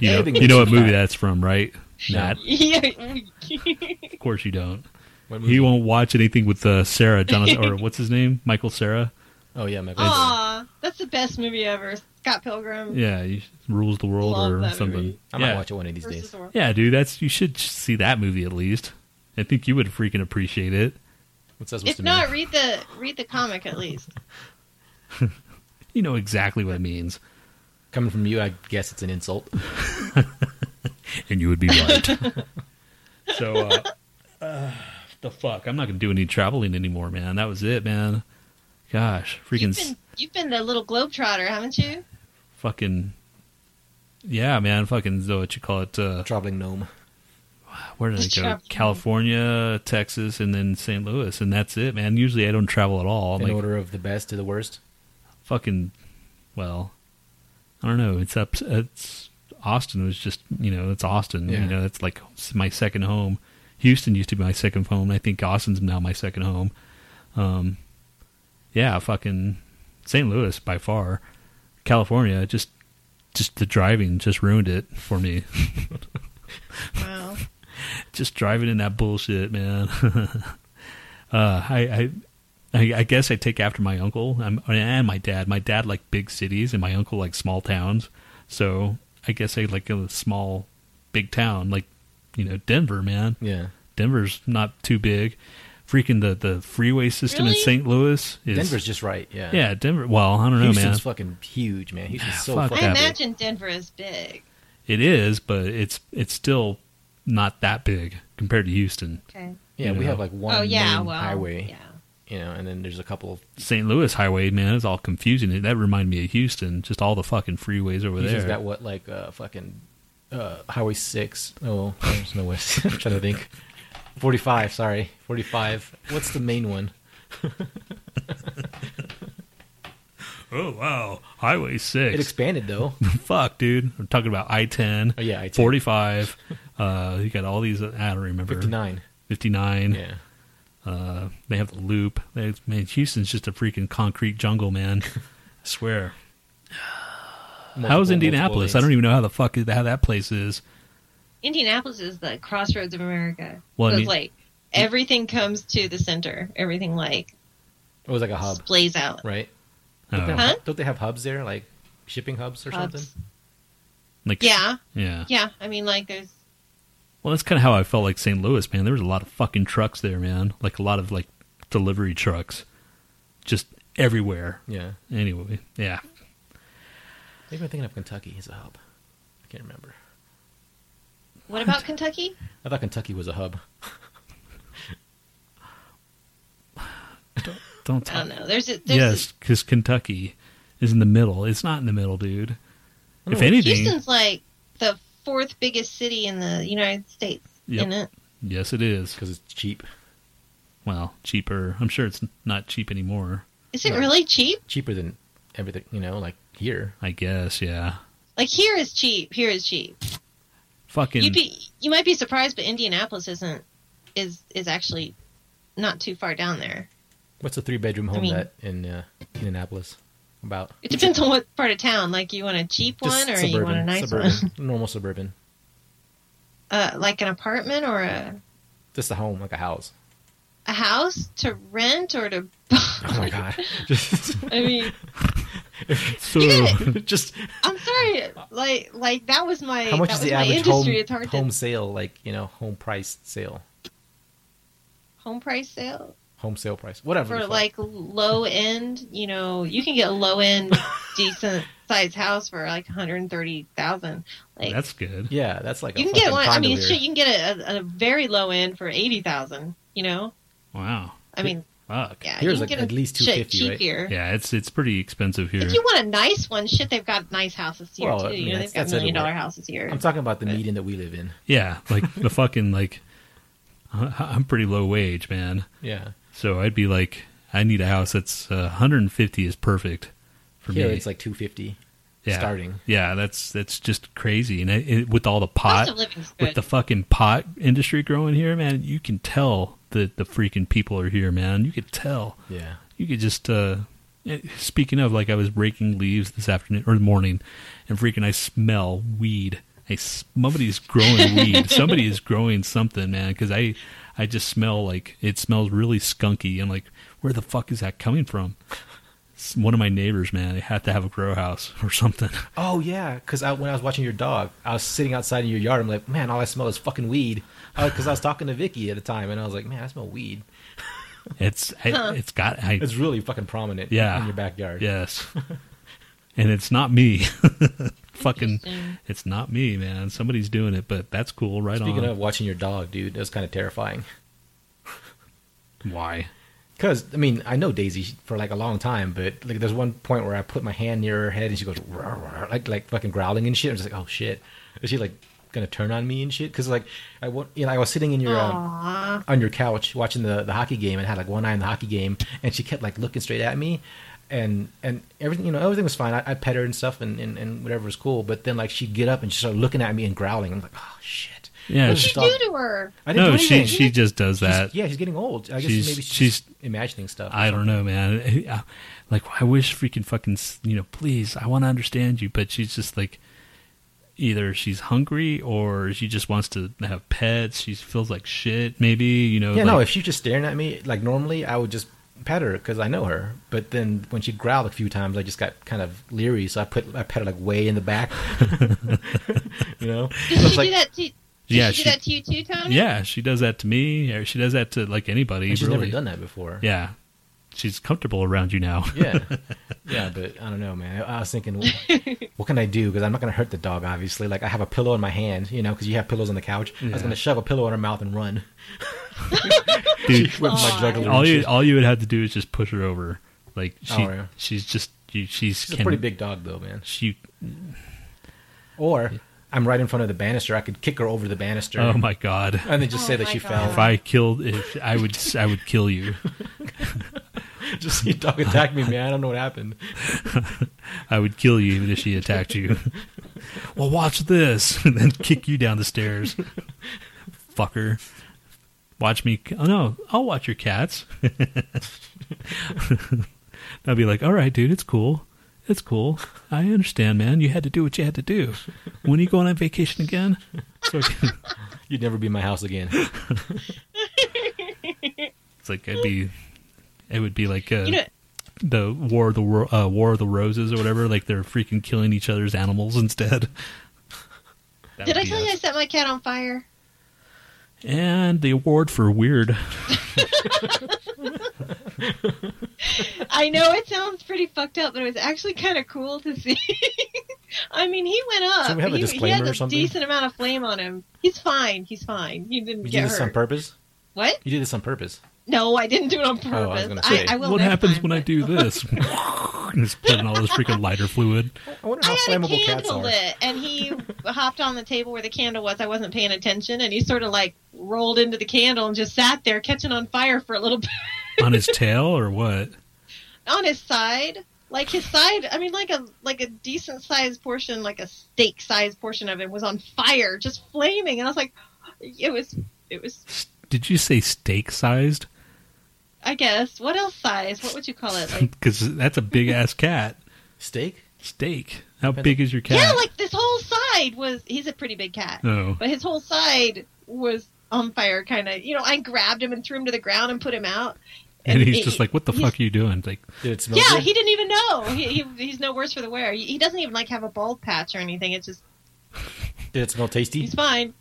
[SPEAKER 2] Anything
[SPEAKER 3] you know what
[SPEAKER 2] makes you
[SPEAKER 3] movie
[SPEAKER 2] fat.
[SPEAKER 3] that's from, right?
[SPEAKER 2] No.
[SPEAKER 3] Matt,
[SPEAKER 4] Yeah.
[SPEAKER 3] of course you don't.
[SPEAKER 2] What movie?
[SPEAKER 3] He won't watch anything with uh, Sarah Jonathan or what's his name, Michael Sarah.
[SPEAKER 2] Oh yeah, Michael.
[SPEAKER 4] Aw, that's the best movie ever. Scott Pilgrim
[SPEAKER 3] Yeah, he rules the world
[SPEAKER 4] Love
[SPEAKER 3] or
[SPEAKER 4] that
[SPEAKER 3] something.
[SPEAKER 4] movie.
[SPEAKER 2] I might
[SPEAKER 3] yeah.
[SPEAKER 2] watch it one of these
[SPEAKER 4] versus
[SPEAKER 2] days.
[SPEAKER 4] the world.
[SPEAKER 3] yeah, dude, that's you should see that movie at least. I think you would freaking appreciate it.
[SPEAKER 2] What's that supposed
[SPEAKER 4] If
[SPEAKER 2] to
[SPEAKER 4] not,
[SPEAKER 2] mean?
[SPEAKER 4] read the read the comic at least.
[SPEAKER 3] You know exactly what it means,
[SPEAKER 2] Coming from you, I guess it's an insult.
[SPEAKER 3] and you would be right. so, uh, uh, the fuck, I'm not gonna do any traveling anymore, man. That was it, man. Gosh, freaking.
[SPEAKER 4] You've been you've been a little globetrotter, haven't you?
[SPEAKER 3] fucking yeah man fucking uh, what you call it uh,
[SPEAKER 2] Traveling gnome.
[SPEAKER 3] where did i go
[SPEAKER 4] Traveling.
[SPEAKER 3] california texas and then st louis and that's it man usually i don't travel at all i'm
[SPEAKER 2] in
[SPEAKER 3] like
[SPEAKER 2] order of the best to the worst.
[SPEAKER 3] fucking well i don't know it's up it's austin was just you know it's austin
[SPEAKER 2] Yeah.
[SPEAKER 3] you know it's like my second home houston used to be my second home i think austin's now my second home um yeah fucking st louis by far california just just the driving just ruined it for me
[SPEAKER 4] Wow.
[SPEAKER 3] just driving in that bullshit, man. uh, I, I, I, I guess I take after my uncle I'm, and my dad. My dad liked big cities, and my uncle liked small towns. So I guess I like a small, big town, like you know Denver, man.
[SPEAKER 2] Yeah.
[SPEAKER 3] Denver's not too big. Freaking the the freeway system in
[SPEAKER 4] Really?
[SPEAKER 3] St. Louis is
[SPEAKER 2] Denver's just right. Yeah.
[SPEAKER 3] yeah Denver. Well, I don't know,
[SPEAKER 2] Houston's
[SPEAKER 3] man.
[SPEAKER 2] fucking huge, man. Houston's so
[SPEAKER 3] Fuck
[SPEAKER 2] fucking
[SPEAKER 4] I
[SPEAKER 3] that.
[SPEAKER 2] big.
[SPEAKER 4] imagine Denver is big.
[SPEAKER 3] It is, but it's it's still not that big compared to Houston.
[SPEAKER 4] Okay.
[SPEAKER 2] Yeah,
[SPEAKER 3] you
[SPEAKER 2] we
[SPEAKER 3] know.
[SPEAKER 2] have like one
[SPEAKER 4] oh yeah,
[SPEAKER 2] main
[SPEAKER 4] well
[SPEAKER 2] highway,
[SPEAKER 4] Yeah.
[SPEAKER 2] you know, and then there's a couple of
[SPEAKER 3] St. Louis highway, man, is all confusing. That reminded me of Houston. Just all the fucking freeways over
[SPEAKER 2] Houston's
[SPEAKER 3] there.
[SPEAKER 2] got what like uh, fucking uh, Highway Six. Oh, well, there's no west. I'm trying to think. Forty-five. Sorry, forty-five. What's the main one?
[SPEAKER 3] oh wow, Highway
[SPEAKER 2] It
[SPEAKER 3] Six.
[SPEAKER 2] expanded though.
[SPEAKER 3] Fuck, dude. I'm talking about I ten.
[SPEAKER 2] Oh, yeah, I-10.
[SPEAKER 3] forty five. uh, you got all these. I don't remember.
[SPEAKER 2] Fifty-nine.
[SPEAKER 3] 59.
[SPEAKER 2] Yeah.
[SPEAKER 3] Uh, they have the loop. They, man, Houston's just a freaking concrete jungle, man. I swear. How's
[SPEAKER 2] Multiple-
[SPEAKER 3] Indianapolis?
[SPEAKER 2] multiple
[SPEAKER 3] I don't
[SPEAKER 2] lanes.
[SPEAKER 3] even know how the fuck how that place is.
[SPEAKER 4] Indianapolis is the crossroads of America.
[SPEAKER 3] Well, I
[SPEAKER 4] so
[SPEAKER 3] mean-
[SPEAKER 4] it's like everything comes to the center. Everything like
[SPEAKER 2] It was like a hub,
[SPEAKER 4] splays out.
[SPEAKER 2] right?
[SPEAKER 3] Oh,
[SPEAKER 2] Don't, they
[SPEAKER 4] Huh?
[SPEAKER 2] have, don't they have hubs there, like shipping hubs or
[SPEAKER 4] Hubs.
[SPEAKER 2] something?
[SPEAKER 3] Like
[SPEAKER 4] Yeah,
[SPEAKER 3] yeah.
[SPEAKER 4] yeah. I mean, like there's
[SPEAKER 3] Well, that's kind of how I felt like St. Louis, man. There was a lot of fucking trucks there, man. Like a lot of like delivery trucks, just everywhere.
[SPEAKER 2] Yeah.
[SPEAKER 3] Anyway, yeah,
[SPEAKER 2] Maybe I'm thinking of Kentucky as a hub. I can't remember.
[SPEAKER 4] what about Kentucky?
[SPEAKER 2] I thought Kentucky was a hub.
[SPEAKER 3] don't
[SPEAKER 4] I don't
[SPEAKER 3] talk.
[SPEAKER 4] know. There's a, there's
[SPEAKER 3] Yes, because Kentucky is in the middle. It's not in the middle, dude. If
[SPEAKER 4] a,
[SPEAKER 3] anything,
[SPEAKER 4] Houston's like the fourth biggest city in the United States.
[SPEAKER 3] Yep.
[SPEAKER 4] Isn't it?
[SPEAKER 3] yes, it is.
[SPEAKER 2] Because it's cheap.
[SPEAKER 3] Well, cheaper. I'm sure it's not cheap anymore.
[SPEAKER 4] Is it
[SPEAKER 2] Right.
[SPEAKER 4] really cheap?
[SPEAKER 2] Cheaper than everything, you know, like here.
[SPEAKER 3] I guess, yeah.
[SPEAKER 4] Like here is cheap. Here is cheap.
[SPEAKER 3] Fucking
[SPEAKER 4] You'd be you might be surprised, but Indianapolis isn't is is actually not too far down there.
[SPEAKER 2] What's a three bedroom home
[SPEAKER 4] mean-
[SPEAKER 2] that in uh, Indianapolis? About
[SPEAKER 4] It depends on what part of town. Like you want a cheap one or you want a nice
[SPEAKER 2] suburban,
[SPEAKER 4] one.
[SPEAKER 2] normal suburban.
[SPEAKER 4] Uh, like an apartment or a
[SPEAKER 2] Just a home, like a house.
[SPEAKER 4] a house to rent or to buy.
[SPEAKER 2] Oh my god! Just,
[SPEAKER 4] I mean,
[SPEAKER 3] so
[SPEAKER 2] just
[SPEAKER 4] I'm sorry. Like like that was my
[SPEAKER 2] how much
[SPEAKER 4] that
[SPEAKER 2] is
[SPEAKER 4] was
[SPEAKER 2] the
[SPEAKER 4] my
[SPEAKER 2] average
[SPEAKER 4] industry.
[SPEAKER 2] home,
[SPEAKER 4] it's hard
[SPEAKER 2] home
[SPEAKER 4] to
[SPEAKER 2] sale? Like you know, home price sale,
[SPEAKER 4] home price sale.
[SPEAKER 2] home sale price, whatever. the
[SPEAKER 4] for
[SPEAKER 2] fuck.
[SPEAKER 4] like low end, you know, you can get a low end decent sized house for like 130,000. Like
[SPEAKER 3] that's good.
[SPEAKER 2] yeah, that's like
[SPEAKER 4] you
[SPEAKER 2] a
[SPEAKER 4] can get
[SPEAKER 2] fucking
[SPEAKER 4] one I mean
[SPEAKER 2] condo
[SPEAKER 4] shit,
[SPEAKER 2] here.
[SPEAKER 4] you can get a, a, a very low end for 80,000, you know?
[SPEAKER 3] Wow.
[SPEAKER 4] I mean,
[SPEAKER 3] Fuck.
[SPEAKER 4] yeah,
[SPEAKER 2] Here's
[SPEAKER 4] you
[SPEAKER 2] like
[SPEAKER 4] can get
[SPEAKER 2] at
[SPEAKER 4] a
[SPEAKER 2] least
[SPEAKER 4] shit
[SPEAKER 2] 250, right?
[SPEAKER 4] cheaper.
[SPEAKER 3] Yeah, it's it's pretty expensive here.
[SPEAKER 4] If you want a nice one, shit, they've got nice houses here
[SPEAKER 2] Well,
[SPEAKER 4] too.
[SPEAKER 2] I mean,
[SPEAKER 4] you know,
[SPEAKER 2] that's-
[SPEAKER 4] they've got
[SPEAKER 2] that's
[SPEAKER 4] million dollar
[SPEAKER 2] everywhere.
[SPEAKER 4] houses here.
[SPEAKER 2] I'm talking about the median that we live in.
[SPEAKER 3] Yeah, like the fucking like I- I'm pretty low wage, man.
[SPEAKER 2] Yeah,
[SPEAKER 3] So I'd be like I need a house that's uh, 150 is perfect for
[SPEAKER 2] here
[SPEAKER 3] me.
[SPEAKER 2] it's like 250
[SPEAKER 3] yeah.
[SPEAKER 2] starting.
[SPEAKER 3] Yeah, that's that's just crazy. And it, it- with all the pot
[SPEAKER 4] Cost of living's
[SPEAKER 3] with
[SPEAKER 4] good.
[SPEAKER 3] the fucking pot industry growing here, man, you can tell that the freaking people are here, man. You could tell.
[SPEAKER 2] Yeah,
[SPEAKER 3] You could just uh eh, speaking of like I was breaking leaves this afternoon or morning and freaking I smell weed. I s- somebody's growing weed. Somebody is growing something, man, cuz I I just smell like it smells really skunky and like where the fuck is that coming from? It's one of my neighbors, man. They had to have a grow house or something.
[SPEAKER 2] Oh yeah, because I, when I was watching your dog, I was sitting outside in your yard. I'm like, man, all I smell is fucking weed. Because I was talking to Vicky at the time, and I was like, man, I smell weed.
[SPEAKER 3] It's I, it's got I,
[SPEAKER 2] It's really fucking prominent.
[SPEAKER 3] Yeah.
[SPEAKER 2] in your backyard.
[SPEAKER 3] yes, and it's not me. Fucking,
[SPEAKER 4] Interesting.
[SPEAKER 3] it's not me, man. Somebody's doing it, but that's cool. Right
[SPEAKER 2] Speaking
[SPEAKER 3] on.
[SPEAKER 2] of watching your dog, dude, that was kind of terrifying.
[SPEAKER 3] Why?
[SPEAKER 2] Because I mean, I know Daisy for like a long time, but like there's one point where I put my hand near her head, and she goes "Rawr, rawr," like like fucking growling and shit. I'm just like, oh shit, is she like gonna turn on me and shit? Because like I wa- you know, I was sitting in your. Um,
[SPEAKER 4] Aw.
[SPEAKER 2] on your couch watching the, the hockey game and had like one eye on the hockey game and she kept like looking straight at me and and everything you know everything was fine I, I pet her and stuff and, and, and whatever was cool but then like she'd get up and she started looking at me and growling I'm like oh shit
[SPEAKER 3] Yeah,
[SPEAKER 2] What
[SPEAKER 3] she-
[SPEAKER 2] is
[SPEAKER 4] What'd
[SPEAKER 2] this dog-
[SPEAKER 4] you do to her?
[SPEAKER 2] I didn't
[SPEAKER 3] No,
[SPEAKER 2] do
[SPEAKER 3] she
[SPEAKER 2] anything.
[SPEAKER 3] she just does
[SPEAKER 2] She's-
[SPEAKER 3] that.
[SPEAKER 2] yeah she's getting old I guess
[SPEAKER 3] She's-
[SPEAKER 2] maybe she's,
[SPEAKER 3] she's-
[SPEAKER 2] just imagining stuff
[SPEAKER 3] I don't know, man. I- Like, I wish freaking fucking s- you know, please, I want to understand you, but she's just like, either she's hungry or she just wants to have pets. She feels like shit, maybe you know.
[SPEAKER 2] yeah
[SPEAKER 3] like,
[SPEAKER 2] no if she's just staring at me like normally I would just pet her because I know her but then when she growled a few times I just got kind of leery so I put I pet her like way in the back you know
[SPEAKER 4] Did
[SPEAKER 2] I was
[SPEAKER 4] she
[SPEAKER 2] like-
[SPEAKER 4] do that to did
[SPEAKER 3] Yeah,
[SPEAKER 4] she,
[SPEAKER 3] she-
[SPEAKER 4] do that to you too, Tony?
[SPEAKER 3] Yeah, she does that to me. Or she does that to like anybody.
[SPEAKER 2] and she's
[SPEAKER 3] really.
[SPEAKER 2] never done that before
[SPEAKER 3] Yeah, she's comfortable around you now.
[SPEAKER 2] yeah, yeah, but I don't know, man. I was thinking, what can I do? Because I'm not going to hurt the dog, obviously. Like I have a pillow in my hand, you know, because you have pillows on the couch. I
[SPEAKER 3] Yeah.
[SPEAKER 2] was going to shove a pillow in her mouth and run.
[SPEAKER 3] Dude,
[SPEAKER 2] With my juggling.
[SPEAKER 3] all you
[SPEAKER 2] shit.
[SPEAKER 3] all you would have to do is just push her over. Like she,
[SPEAKER 2] Oh, yeah.
[SPEAKER 3] she's just you, she's,
[SPEAKER 2] She's a
[SPEAKER 3] can-
[SPEAKER 2] pretty big dog, though, man.
[SPEAKER 3] She,
[SPEAKER 2] Or I'm right in front of the banister. I could kick her over the banister,
[SPEAKER 3] oh my god!
[SPEAKER 2] and then just
[SPEAKER 4] Oh
[SPEAKER 2] say that
[SPEAKER 4] my
[SPEAKER 2] she
[SPEAKER 3] If
[SPEAKER 4] God.
[SPEAKER 3] I killed, if I would, I would kill you.
[SPEAKER 2] fell. just your dog attacked me, man. I don't know what happened.
[SPEAKER 3] I would kill you even if she attacked you. well, watch this, and then kick you down the stairs, fucker. Watch me. Oh no, I'll watch your cats. I'll be like, all right, dude, it's cool. It's cool. I understand, man. You had to do what you had to do. When are you going on vacation again? So
[SPEAKER 2] You'd never be in my house again.
[SPEAKER 3] it's like I'd be. It would be like uh,
[SPEAKER 4] You know,
[SPEAKER 3] the War of the Ro- uh, War of the Roses or whatever. Like they're freaking killing each other's animals instead. That
[SPEAKER 4] did
[SPEAKER 3] would
[SPEAKER 4] I
[SPEAKER 3] be
[SPEAKER 4] tell
[SPEAKER 3] us.
[SPEAKER 4] you I set my cat on fire?
[SPEAKER 3] And the award for weird.
[SPEAKER 4] I know it sounds pretty fucked up, but it was actually kind of cool to see. I mean, he went up.
[SPEAKER 2] Should we have a
[SPEAKER 4] he, he
[SPEAKER 2] disclaimer
[SPEAKER 4] had
[SPEAKER 2] or
[SPEAKER 4] a
[SPEAKER 2] something?
[SPEAKER 4] decent amount of flame on him. He's fine. He's fine. He didn't
[SPEAKER 2] You
[SPEAKER 4] get
[SPEAKER 2] did this on
[SPEAKER 4] hurt.
[SPEAKER 2] purpose.
[SPEAKER 4] what?
[SPEAKER 2] You did this on purpose.
[SPEAKER 4] No, I didn't do it on
[SPEAKER 2] Oh, I was
[SPEAKER 4] purpose.
[SPEAKER 2] gonna
[SPEAKER 4] I,
[SPEAKER 2] say,
[SPEAKER 4] I, will
[SPEAKER 3] what
[SPEAKER 4] next
[SPEAKER 3] happens
[SPEAKER 4] time,
[SPEAKER 3] when I
[SPEAKER 4] but-
[SPEAKER 3] do this? And It's putting all this freaking lighter fluid.
[SPEAKER 2] I wonder
[SPEAKER 4] I
[SPEAKER 2] how
[SPEAKER 4] had a
[SPEAKER 2] flammable cats
[SPEAKER 4] candle
[SPEAKER 2] are.
[SPEAKER 4] lit, and he hopped on the table where the candle was. I wasn't paying attention, and he sort of like rolled into the candle and just sat there, catching on fire for a little bit
[SPEAKER 3] On his tail or what?
[SPEAKER 4] on his side. Like his side, I mean, like a like a decent sized portion, like a steak sized portion of it was on fire, just flaming, and I was like, it was, it was.
[SPEAKER 3] Did you say steak sized?
[SPEAKER 4] I guess what else size? What would you call it? Like
[SPEAKER 3] Because that's a big ass cat.
[SPEAKER 2] Steak?
[SPEAKER 3] Steak. How big is your cat?
[SPEAKER 4] yeah, like this whole side was. He's a pretty big cat.
[SPEAKER 3] oh,
[SPEAKER 4] but his whole side was on fire kind of you know i grabbed him and threw him to the ground and put him out
[SPEAKER 3] and he's
[SPEAKER 4] it-
[SPEAKER 3] just like, "What the
[SPEAKER 4] he's-
[SPEAKER 3] fuck are you doing?" Like,
[SPEAKER 2] Did it smell
[SPEAKER 4] yeah
[SPEAKER 2] good?
[SPEAKER 4] he didn't even know he, he, he's no worse for the wear he, he doesn't even like have a bald patch or anything it's just
[SPEAKER 2] Did it smell tasty?
[SPEAKER 4] he's fine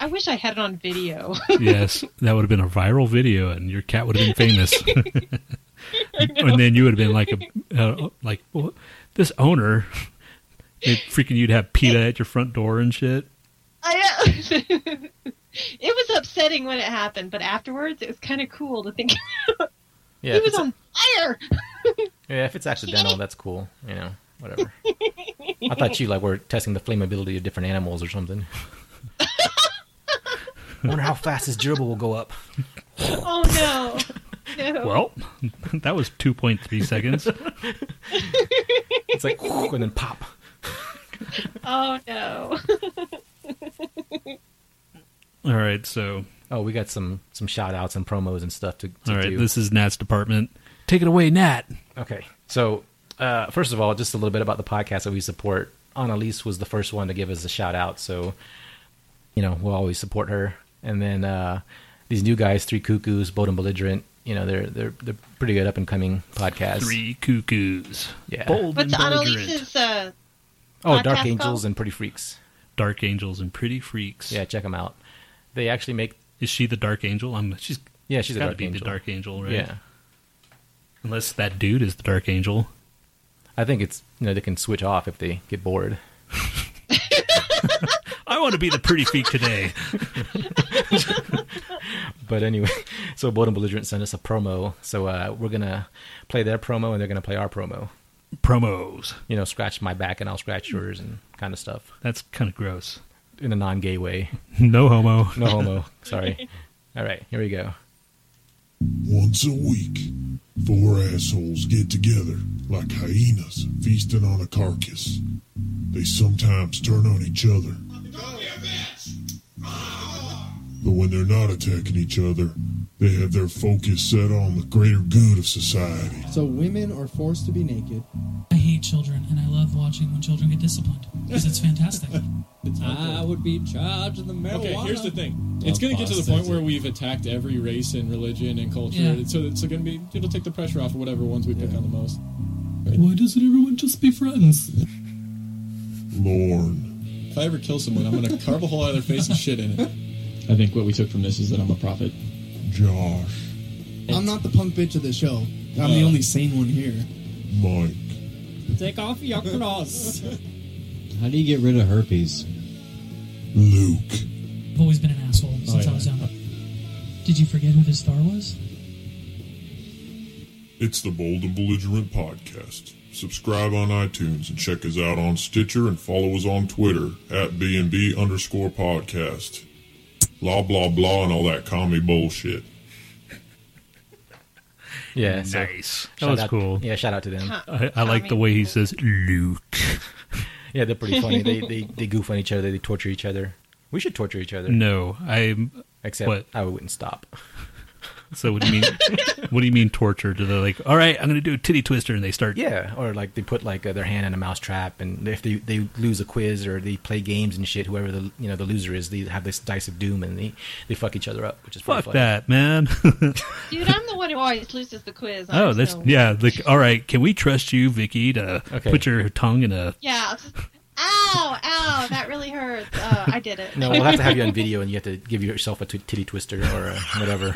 [SPEAKER 4] i wish i had it on video
[SPEAKER 3] yes, that would have been a viral video, and your cat would have been famous. and then you would have been like a uh, like well, this owner. It, freaking, you'd have PETA at your front door and shit.
[SPEAKER 4] I, it was upsetting when it happened but afterwards it was kind of cool to think
[SPEAKER 2] Yeah,
[SPEAKER 4] he
[SPEAKER 2] if
[SPEAKER 4] was
[SPEAKER 2] it's,
[SPEAKER 4] on fire
[SPEAKER 2] yeah, if it's accidental, that's cool. You know, whatever. I thought you like were testing the flammability of different animals or something. Wonder how fast this gerbil will go up.
[SPEAKER 4] oh no no
[SPEAKER 3] Well, that was two point three seconds.
[SPEAKER 2] It's like and then pop.
[SPEAKER 4] oh no
[SPEAKER 3] All right, so
[SPEAKER 2] Oh, we got some some shout outs and promos and stuff to, to
[SPEAKER 3] all right,
[SPEAKER 2] do.
[SPEAKER 3] this is Nat's department. Take it away, Nat.
[SPEAKER 2] Okay. So, uh, first of all, just a little bit about the podcast that we support. Annalise was the first one to give us a shout out. So, you know, we'll always support her. And then uh, these new guys, Three Cuckoos, Bold and Belligerent, you know, they're they're they're pretty good up and coming podcasts.
[SPEAKER 3] Three cuckoos.
[SPEAKER 2] Yeah.
[SPEAKER 3] Bold
[SPEAKER 4] what's
[SPEAKER 3] and belligerent.
[SPEAKER 4] annalise's uh
[SPEAKER 2] Oh, Dark
[SPEAKER 4] podcast
[SPEAKER 2] Angels
[SPEAKER 4] called?
[SPEAKER 2] and Pretty Freaks.
[SPEAKER 3] Dark angels and pretty freaks.
[SPEAKER 2] Yeah, check them out. They actually make.
[SPEAKER 3] Is she the dark angel? I'm. She's.
[SPEAKER 2] Yeah, she's a
[SPEAKER 3] gotta
[SPEAKER 2] dark
[SPEAKER 3] be
[SPEAKER 2] angel.
[SPEAKER 3] the dark angel, right?
[SPEAKER 2] Yeah.
[SPEAKER 3] Unless that dude is the dark angel.
[SPEAKER 2] I think it's you know they can switch off if they get bored.
[SPEAKER 3] I want to be the pretty freak today.
[SPEAKER 2] But anyway, so Bold and Belligerent sent us a promo, so uh, we're gonna play their promo and they're gonna play our promo.
[SPEAKER 3] Promos.
[SPEAKER 2] you know, scratch my back and I'll
[SPEAKER 3] Mm.
[SPEAKER 2] scratch yours and kind of stuff
[SPEAKER 3] That's kind of gross.
[SPEAKER 2] in a non-gay way.
[SPEAKER 3] No homo.
[SPEAKER 2] No homo. Sorry. All right, here we go.
[SPEAKER 6] Once a week, four assholes get together like hyenas feasting on a carcass. They sometimes turn on each other. But when they're not attacking each other, they have their focus set on the greater good of society.
[SPEAKER 7] So women are forced to be naked.
[SPEAKER 8] I hate children, and I love watching when children get disciplined because it's fantastic.
[SPEAKER 7] I would be charged in the marijuana.
[SPEAKER 5] Okay, here's the thing. It's going to get to the
[SPEAKER 7] Boston.
[SPEAKER 5] point where we've attacked every race and religion and culture.
[SPEAKER 8] Yeah.
[SPEAKER 5] So it's going to be it'll take the pressure off of whatever ones we pick on the most.
[SPEAKER 8] Why doesn't everyone just be friends?
[SPEAKER 6] Lorne,
[SPEAKER 5] If I ever kill someone, I'm going to carve a hole out of their face and shit in it. I think what we took from this is that I'm a prophet.
[SPEAKER 6] Josh,
[SPEAKER 7] I'm not the punk bitch of the show. I'm the
[SPEAKER 5] Uh.
[SPEAKER 7] only sane one here.
[SPEAKER 6] Mike,
[SPEAKER 7] Take off your clothes.
[SPEAKER 9] How do you get rid of herpes?
[SPEAKER 6] Luke,
[SPEAKER 8] I've always been an asshole since
[SPEAKER 5] yeah.
[SPEAKER 8] I was young. Did you forget who this star was?
[SPEAKER 6] It's the Bold and Belligerent Podcast. Subscribe on iTunes and check us out on Stitcher and follow us on Twitter at B&B underscore podcast. Blah, blah, blah, and all that commie bullshit.
[SPEAKER 2] Yeah, so
[SPEAKER 3] Nice. That
[SPEAKER 2] shout
[SPEAKER 3] was
[SPEAKER 2] out-
[SPEAKER 3] cool.
[SPEAKER 2] Yeah, shout out to them.
[SPEAKER 3] I, I like the way he says Luke.
[SPEAKER 2] Yeah, they're pretty funny. they, they they goof on each other. They torture each other. We should torture each other.
[SPEAKER 3] No, I'm.
[SPEAKER 2] Except
[SPEAKER 3] What?
[SPEAKER 2] I wouldn't stop.
[SPEAKER 3] So what do you mean? what do you mean torture? Do they like? All right, I'm going to do a titty twister, and they start.
[SPEAKER 2] Yeah, or like they put like uh, their hand in a mouse trap, and if they they lose a quiz or they play games and shit, whoever the you know the loser is, they have this dice of doom and they they fuck each other up, which is pretty
[SPEAKER 3] Fuck
[SPEAKER 2] funny.
[SPEAKER 3] that, man.
[SPEAKER 4] dude i'm the one who always loses the quiz I
[SPEAKER 3] Oh,
[SPEAKER 4] don't
[SPEAKER 3] that's
[SPEAKER 4] know.
[SPEAKER 3] yeah. Like, all right, can we trust you, Vicky, to
[SPEAKER 2] Okay.
[SPEAKER 3] put your tongue in a?
[SPEAKER 4] Yeah. I was just- ow, ow, that really hurts. Uh, I did it.
[SPEAKER 2] No, we'll have to have you on video, and you have to give yourself a t- titty twister or uh whatever.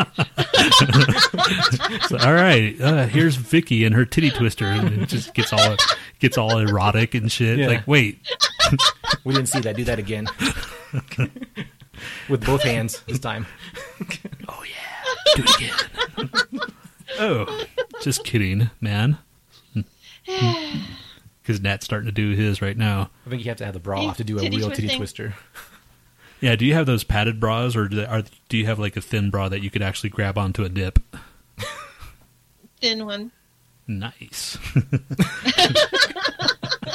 [SPEAKER 3] So, all right, uh, here's Vicky and her titty twister, and it just gets all gets all erotic and shit.
[SPEAKER 2] Yeah.
[SPEAKER 3] Like, wait,
[SPEAKER 2] We didn't see that. Do that again. With both hands this time.
[SPEAKER 3] do it again. oh, just kidding, man. Because Nat's starting to do his right now.
[SPEAKER 2] I think you have to have the bra off to do a
[SPEAKER 4] Titty
[SPEAKER 2] real titty
[SPEAKER 4] twisting.
[SPEAKER 2] twister.
[SPEAKER 3] Yeah, do you have those padded bras, or do, they, are, do you have like a thin bra that you could actually grab onto a dip?
[SPEAKER 4] Thin one.
[SPEAKER 3] nice.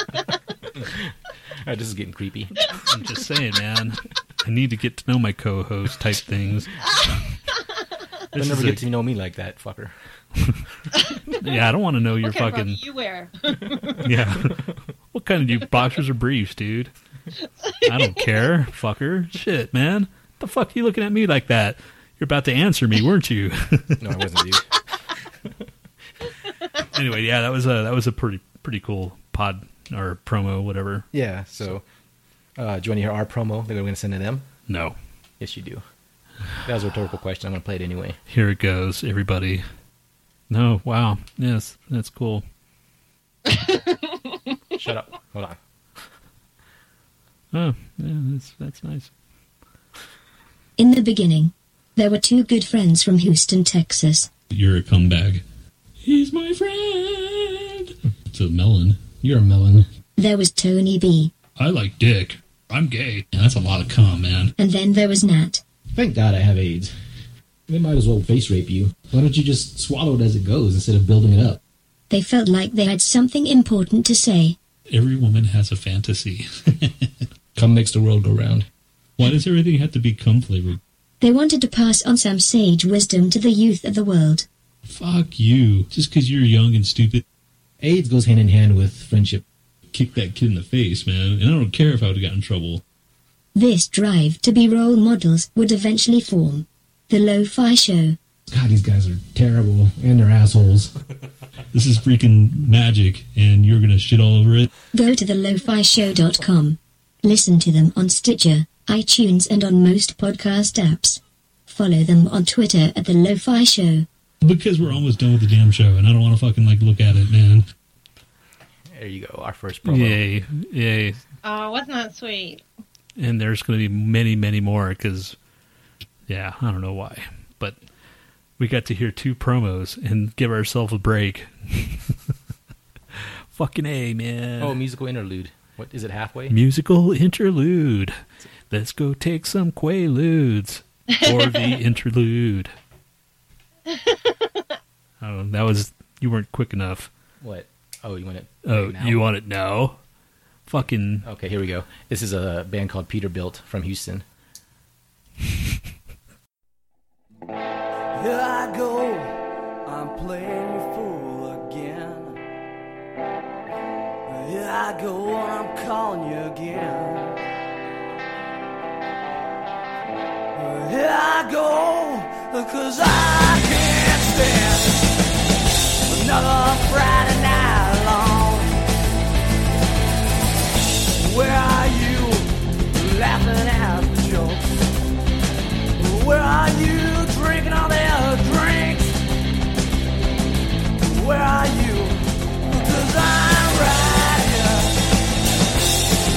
[SPEAKER 2] All right, this is getting creepy.
[SPEAKER 3] I'm just saying, man. I need to get to know my co-host type things.
[SPEAKER 2] They'll
[SPEAKER 3] This
[SPEAKER 2] never
[SPEAKER 3] is
[SPEAKER 2] get
[SPEAKER 3] a-
[SPEAKER 2] to know me like that, fucker.
[SPEAKER 3] yeah, I don't want to know your
[SPEAKER 4] What kind
[SPEAKER 3] fucking
[SPEAKER 4] of robe you wear?
[SPEAKER 3] yeah. what kind of you boxers or briefs, dude? I don't care, fucker. Shit, man. The fuck you looking at me like that? You're about to answer me, weren't you?
[SPEAKER 2] No, I wasn't you.
[SPEAKER 3] anyway, yeah, that was a that was a pretty pretty cool pod or promo, whatever.
[SPEAKER 2] Yeah, so uh, do you want to hear our promo that we're going to send to them?
[SPEAKER 3] No,
[SPEAKER 2] Yes, you do. That was a rhetorical question. I'm going to play it anyway.
[SPEAKER 3] here it goes, everybody. No, wow, yes, that's cool.
[SPEAKER 2] Shut up. Hold on.
[SPEAKER 3] Oh, yeah, that's that's nice.
[SPEAKER 1] In the beginning, there were two good friends from Houston, Texas.
[SPEAKER 9] You're a comeback. He's my friend. To melon. You're a melon.
[SPEAKER 1] There was Tony B,
[SPEAKER 9] I like dick. I'm gay. That's a lot of cum, man.
[SPEAKER 1] and then there was Nat.
[SPEAKER 10] Thank God I have AIDS. They might as well face rape you. Why don't you just swallow it as it goes instead of building it up?
[SPEAKER 1] They felt like they had something important to say.
[SPEAKER 3] Every woman has a fantasy.
[SPEAKER 5] Come makes the world go round.
[SPEAKER 9] Why does everything have to be cum flavored?
[SPEAKER 1] They wanted to pass on some sage wisdom to the youth of the world.
[SPEAKER 9] Fuck you. Just because you're young and stupid,
[SPEAKER 10] AIDS goes hand in hand with friendship.
[SPEAKER 9] kick that kid in the face, man. And I don't care if I would have gotten in trouble.
[SPEAKER 1] This drive to be role models would eventually form the Lo-Fi Show.
[SPEAKER 10] God, these guys are terrible and they're assholes.
[SPEAKER 9] This is freaking magic, and you're gonna shit all over it.
[SPEAKER 1] Go to thelofishow.com. Listen to them on Stitcher, iTunes, and on most podcast apps. Follow them on Twitter at the Lo-Fi Show.
[SPEAKER 9] Because we're almost done with the damn show, and I don't want to fucking like look at it, man.
[SPEAKER 2] There you go. Our first promo.
[SPEAKER 3] yay, yay!
[SPEAKER 4] Oh, wasn't that sweet?
[SPEAKER 3] And there's going to be many, many more because, yeah, I don't know why, but we got to hear two promos and give ourselves a break. Fucking a man!
[SPEAKER 2] Oh, musical interlude. What is it halfway?
[SPEAKER 3] musical interlude. Let's go take some quaaludes or the interlude. Oh, that was you weren't quick enough.
[SPEAKER 2] What? Oh, you want it?
[SPEAKER 3] Oh,
[SPEAKER 2] right now?
[SPEAKER 3] you want it now? Fucking
[SPEAKER 2] Okay, here we go. This is a band called Peterbilt from Houston.
[SPEAKER 11] Here I go, I'm playing you fool again. Here I go, I'm calling you again. Here I go, cause I can't stand another Friday night alone. Where are you laughing at the joke? Where are you drinking all their drinks? Where are you? Cause I'm right here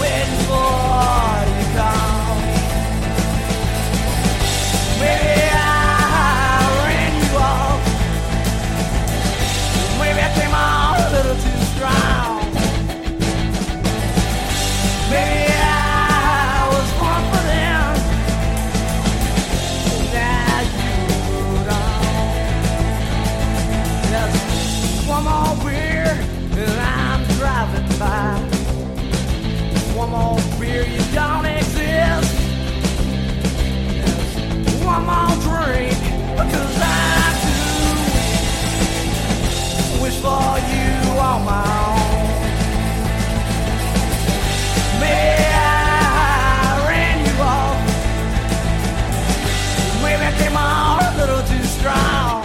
[SPEAKER 11] waiting for you to call me. Maybe I ran you off. Maybe I came out a little too strong. Maybe I was born for them. Now you put on just one more beer, and I'm driving by. One more beer, you don't exist. Just One more drink, because I do wish for you on my own. Maybe I ran you off. Maybe I came out a little too strong.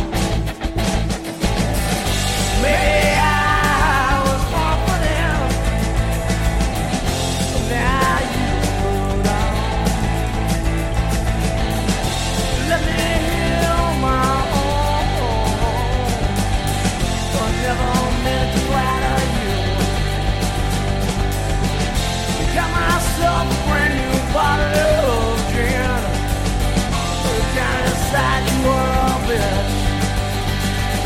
[SPEAKER 11] Maybe I was born for them. Now you hold on. Let me heal my own. I never meant to flatter you. Got myself a brand new bottle of gin. Yeah.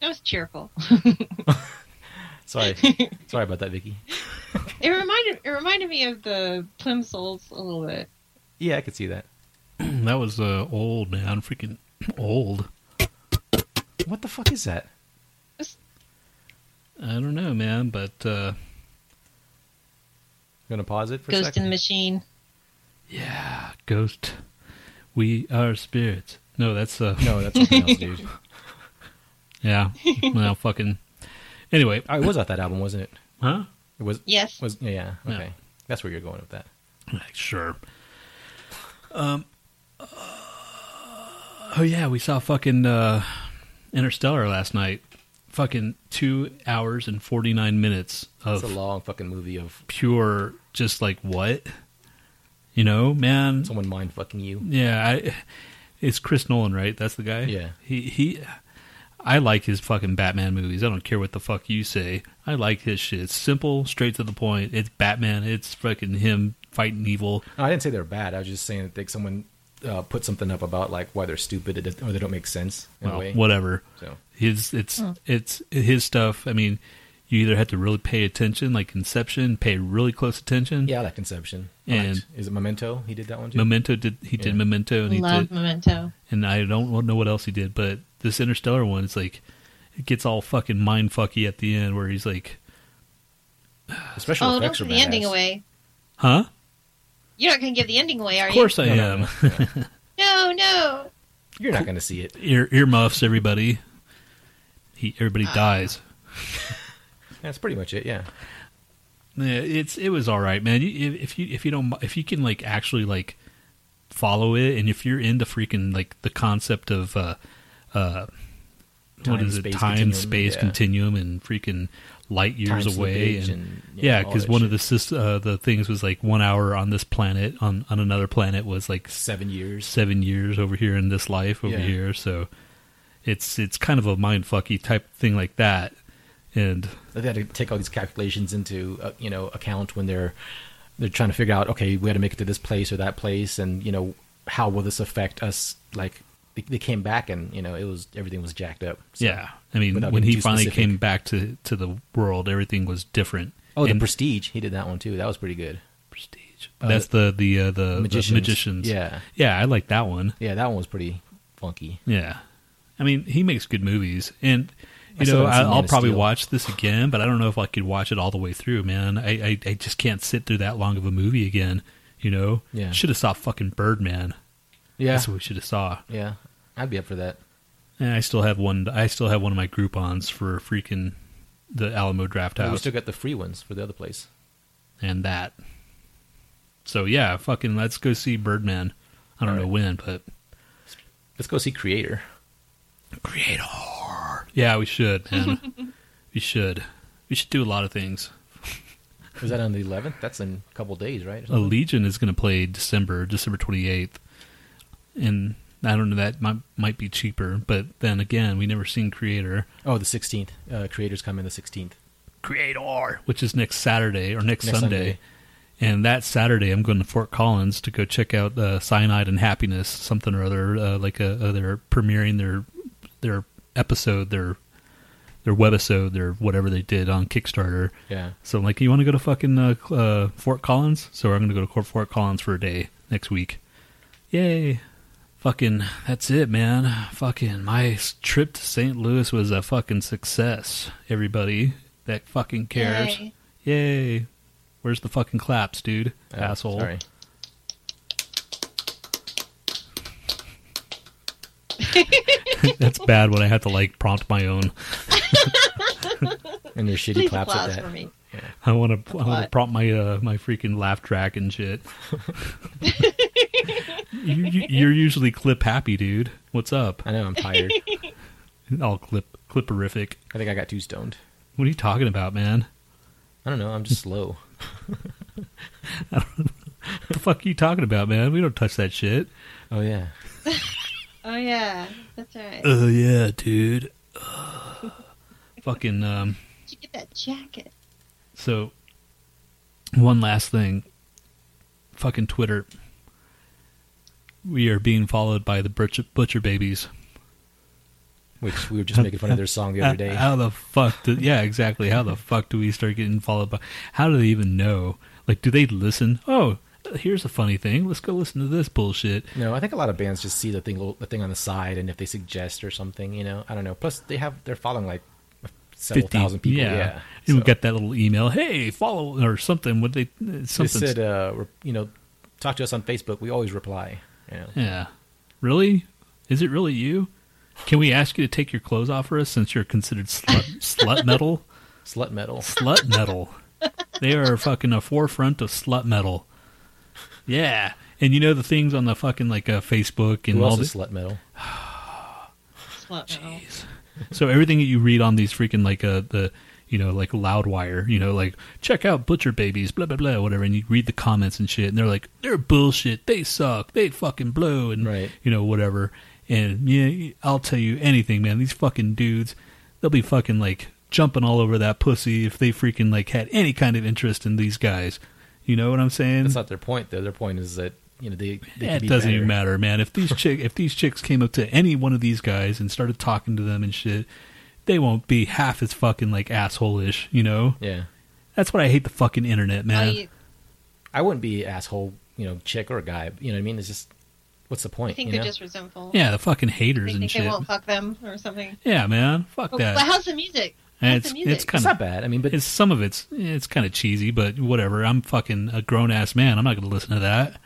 [SPEAKER 4] That was cheerful.
[SPEAKER 2] Sorry, sorry about that, Vicky.
[SPEAKER 4] It reminded it reminded me of the plimsolls a little bit.
[SPEAKER 2] Yeah, I could see that.
[SPEAKER 3] that was uh, old man, freaking old.
[SPEAKER 2] What the fuck is that?
[SPEAKER 3] I don't know, man, but uh,
[SPEAKER 2] gonna pause it for a
[SPEAKER 4] Ghost in
[SPEAKER 2] second.
[SPEAKER 4] the Machine.
[SPEAKER 3] Yeah, ghost. We are spirits. No, that's uh,
[SPEAKER 2] no, that's something else, dude.
[SPEAKER 3] yeah. Well, fucking. Anyway,
[SPEAKER 2] Oh, it was off that album, wasn't it?
[SPEAKER 3] Huh?
[SPEAKER 2] It was.
[SPEAKER 4] Yes.
[SPEAKER 2] Was yeah.
[SPEAKER 3] Yeah.
[SPEAKER 2] Okay, that's where you're going with that.
[SPEAKER 3] Sure. Um. Oh yeah, we saw fucking uh, Interstellar last night. Fucking two hours and forty nine minutes
[SPEAKER 2] It's
[SPEAKER 3] of
[SPEAKER 2] a long fucking movie of
[SPEAKER 3] pure, just like what, you know, man.
[SPEAKER 2] someone mind fucking you.
[SPEAKER 3] Yeah, I, it's Chris Nolan, right? That's the guy.
[SPEAKER 2] Yeah.
[SPEAKER 3] he he. I like his fucking Batman movies. I don't care what the fuck you say. I like his shit. It's simple, straight to the point. It's Batman. It's fucking him fighting evil.
[SPEAKER 2] No, I didn't say they're bad. I was just saying that like someone uh, put something up about like why they're stupid or they don't make sense in a
[SPEAKER 3] Well,
[SPEAKER 2] way.
[SPEAKER 3] whatever.
[SPEAKER 2] So
[SPEAKER 3] His it's
[SPEAKER 4] Hmm.
[SPEAKER 3] it's his stuff. I mean, you either have to really pay attention, like Inception, pay really close attention.
[SPEAKER 2] yeah, I like Inception. I
[SPEAKER 3] And-
[SPEAKER 2] liked- is it Memento? He did that one too.
[SPEAKER 3] Memento did he did
[SPEAKER 2] Yeah.
[SPEAKER 3] Memento and he
[SPEAKER 4] Love
[SPEAKER 3] did
[SPEAKER 4] Memento.
[SPEAKER 3] and I don't know what else he did, but this Interstellar one, it's like it gets all fucking mind fucky at the end where he's like,
[SPEAKER 2] The special
[SPEAKER 4] Oh, don't
[SPEAKER 2] effects
[SPEAKER 4] give
[SPEAKER 2] are
[SPEAKER 4] the ending
[SPEAKER 2] badass.
[SPEAKER 4] away.
[SPEAKER 3] "Huh?
[SPEAKER 4] You're not gonna give the ending away, are
[SPEAKER 3] Of course I
[SPEAKER 2] No, no,
[SPEAKER 3] am."
[SPEAKER 2] no, no.
[SPEAKER 4] you? No, no.
[SPEAKER 2] You're not going to see it.
[SPEAKER 3] Ear earmuffs, everybody. He everybody dies.
[SPEAKER 2] That's pretty much it. Yeah.
[SPEAKER 3] Yeah, it's it was all right, man. You, if- if you if you don't if you can like actually like follow it, and if you're into freaking like the concept of uh uh what
[SPEAKER 2] Time,
[SPEAKER 3] is it
[SPEAKER 2] space
[SPEAKER 3] time
[SPEAKER 2] continuum,
[SPEAKER 3] space
[SPEAKER 2] yeah.
[SPEAKER 3] continuum and freaking light years
[SPEAKER 2] Time
[SPEAKER 3] away
[SPEAKER 2] slippage
[SPEAKER 3] and,
[SPEAKER 2] and, yeah,
[SPEAKER 3] yeah
[SPEAKER 2] all
[SPEAKER 3] because
[SPEAKER 2] that
[SPEAKER 3] one
[SPEAKER 2] shit.
[SPEAKER 3] of the sys- uh, the things was like one hour on this planet on on another planet was like
[SPEAKER 2] Seven years.
[SPEAKER 3] seven years over here in this life over
[SPEAKER 2] Yeah.
[SPEAKER 3] here so it's it's kind of a mind fucky type thing like that and
[SPEAKER 2] they had to take all these calculations into uh, you know account when they're they're trying to figure out okay we got to make it to this place or that place and you know how will this affect us like they, they came back and you know it was everything was jacked up So-
[SPEAKER 3] Yeah, I mean,
[SPEAKER 2] without
[SPEAKER 3] when
[SPEAKER 2] being
[SPEAKER 3] he
[SPEAKER 2] too
[SPEAKER 3] finally
[SPEAKER 2] specific.
[SPEAKER 3] came back to to the world, everything was different.
[SPEAKER 2] oh the
[SPEAKER 3] And
[SPEAKER 2] prestige he did that one too that was pretty good
[SPEAKER 3] prestige. That's the the uh, the magicians.
[SPEAKER 2] Magicians.
[SPEAKER 3] the magicians.
[SPEAKER 2] Yeah.
[SPEAKER 3] yeah, I like that one.
[SPEAKER 2] yeah that one was pretty funky
[SPEAKER 3] Yeah, I mean, he makes good movies, and
[SPEAKER 2] I
[SPEAKER 3] you
[SPEAKER 2] still
[SPEAKER 3] know,
[SPEAKER 2] haven't
[SPEAKER 3] I,
[SPEAKER 2] seen Man
[SPEAKER 3] I'll
[SPEAKER 2] of
[SPEAKER 3] probably
[SPEAKER 2] Steel.
[SPEAKER 3] watch this again, but I don't know if I could watch it all the way through. Man, I I, I just can't sit through that long of a movie again. You know,
[SPEAKER 2] Yeah.
[SPEAKER 3] should have saw fucking Birdman.
[SPEAKER 2] yeah
[SPEAKER 3] That's what we should have saw.
[SPEAKER 2] yeah i'd be up for that
[SPEAKER 3] And I still have one. I still have one of my Groupon's for freaking the Alamo Draft
[SPEAKER 2] Oh, we
[SPEAKER 3] House.
[SPEAKER 2] still got the free ones for the other place
[SPEAKER 3] and that. So yeah, fucking let's go see Birdman. I don't
[SPEAKER 2] All
[SPEAKER 3] know
[SPEAKER 2] right.
[SPEAKER 3] when, but
[SPEAKER 2] let's go see creator
[SPEAKER 3] creator. Yeah, we should, man. we should. We should do a lot of things.
[SPEAKER 2] is that on the 11th that's in a couple days right or
[SPEAKER 3] A
[SPEAKER 2] something?
[SPEAKER 3] Legion is going to play December, December twenty eighth, and I don't know that might might be cheaper, but then again, we never seen Creator,
[SPEAKER 2] oh the 16th uh, creators come in the 16th
[SPEAKER 3] Creator, which is next Saturday or next,
[SPEAKER 2] Next
[SPEAKER 3] Sunday.
[SPEAKER 2] Sunday.
[SPEAKER 3] And that Saturday, I'm going to Fort Collins to go check out uh, Cyanide and Happiness, something or other. Uh, like a, uh they're premiering their their episode, their their webisode, their whatever they did on Kickstarter.
[SPEAKER 2] yeah
[SPEAKER 3] So I'm like, you want to go to fucking uh, cl- uh, Fort Collins? So I'm going to go to Cor- Fort Collins for a day next week. Yay! Fucking, that's it, man. Fucking, my s- trip to St. Louis was a fucking success. Everybody that fucking cares.
[SPEAKER 4] Yay.
[SPEAKER 3] Yay! Where's the fucking claps, dude?
[SPEAKER 2] Oh,
[SPEAKER 3] Asshole.
[SPEAKER 2] sorry
[SPEAKER 3] that's bad when I have to like prompt my own.
[SPEAKER 2] and your shitty
[SPEAKER 4] Please
[SPEAKER 2] claps at
[SPEAKER 4] applause
[SPEAKER 2] that
[SPEAKER 4] for me.
[SPEAKER 3] I want to. I want to
[SPEAKER 4] What?
[SPEAKER 3] prompt my uh, my freaking laugh track and shit. you, you, you're usually clip happy, dude. What's up?
[SPEAKER 2] I know I'm tired.
[SPEAKER 3] All clip clipperific.
[SPEAKER 2] I think I got too stoned.
[SPEAKER 3] What are you talking about, man?
[SPEAKER 2] I don't know. I'm just slow.
[SPEAKER 3] What the fuck are you talking about, man? We don't touch that shit.
[SPEAKER 2] Oh yeah.
[SPEAKER 4] Oh yeah, that's all right.
[SPEAKER 3] Oh yeah, dude. fucking um.
[SPEAKER 4] Did you get that jacket?
[SPEAKER 3] So, one last thing. Fucking Twitter. We are being followed by the butcher, butcher babies.
[SPEAKER 2] which we were just making fun of their song the other day.
[SPEAKER 3] How the fuck? Do, yeah, exactly. How the fuck do we start getting followed by? How do they even know? Like, do they listen? Oh, here's a funny thing. Let's go listen to this bullshit.
[SPEAKER 2] No, I think a lot of bands just see the thing, the thing on the side, and if they suggest or something, you know, I don't know. Plus, they have they're following like several thousand people. Yeah,
[SPEAKER 3] and we got that little email. Hey, follow or something. What they
[SPEAKER 2] they
[SPEAKER 3] something?
[SPEAKER 2] said, uh, re- you know, talk to us on Facebook. We always reply. You know.
[SPEAKER 3] yeah, really? Is it really you? Can we ask you to take your clothes off for us since you're considered slut, slut metal?
[SPEAKER 2] Slut metal.
[SPEAKER 3] Slut metal. they are fucking a forefront of slut metal. Yeah, and you know the things on the fucking like uh, Facebook and
[SPEAKER 2] Who
[SPEAKER 3] all
[SPEAKER 2] else is
[SPEAKER 3] this.
[SPEAKER 2] slut metal?
[SPEAKER 4] Jeez.
[SPEAKER 3] So everything that you read on these freaking like uh the you know like Loudwire, you know like check out Butcher Babies, blah blah blah, whatever, and you read the comments and shit, and they're like they're bullshit, they suck, they fucking blow, and you know whatever. And yeah, I'll tell you anything, man. These fucking dudes, they'll be fucking like jumping all over that pussy if they freaking like had any kind of interest in these guys. You know what I'm saying?
[SPEAKER 2] That's not their point. though. Their point is that you know they. they
[SPEAKER 3] Yeah,
[SPEAKER 2] can
[SPEAKER 3] it
[SPEAKER 2] be
[SPEAKER 3] doesn't
[SPEAKER 2] better.
[SPEAKER 3] even matter, man. If these chick, if these chicks came up to any one of these guys and started talking to them and shit, they won't be half as fucking like asshole-ish, you know?
[SPEAKER 2] Yeah.
[SPEAKER 3] That's what I hate the fucking internet, man.
[SPEAKER 4] I,
[SPEAKER 2] I wouldn't be an asshole, you know, chick or a guy. You know what I mean? It's just, what's the point?
[SPEAKER 4] I think
[SPEAKER 2] you
[SPEAKER 4] they're
[SPEAKER 2] know?
[SPEAKER 4] just resentful.
[SPEAKER 3] yeah, the fucking
[SPEAKER 4] They
[SPEAKER 3] haters and
[SPEAKER 4] think they
[SPEAKER 3] shit.
[SPEAKER 4] won't fuck them or something.
[SPEAKER 3] Yeah, man. Fuck
[SPEAKER 4] But,
[SPEAKER 3] that.
[SPEAKER 4] but how's the music?
[SPEAKER 3] And
[SPEAKER 4] How's
[SPEAKER 3] it's
[SPEAKER 4] the music?
[SPEAKER 3] it's kind of
[SPEAKER 2] not bad. I mean, but
[SPEAKER 3] it's some of it's it's kind of cheesy, but whatever. I'm fucking a grown ass man. I'm not going to listen to that.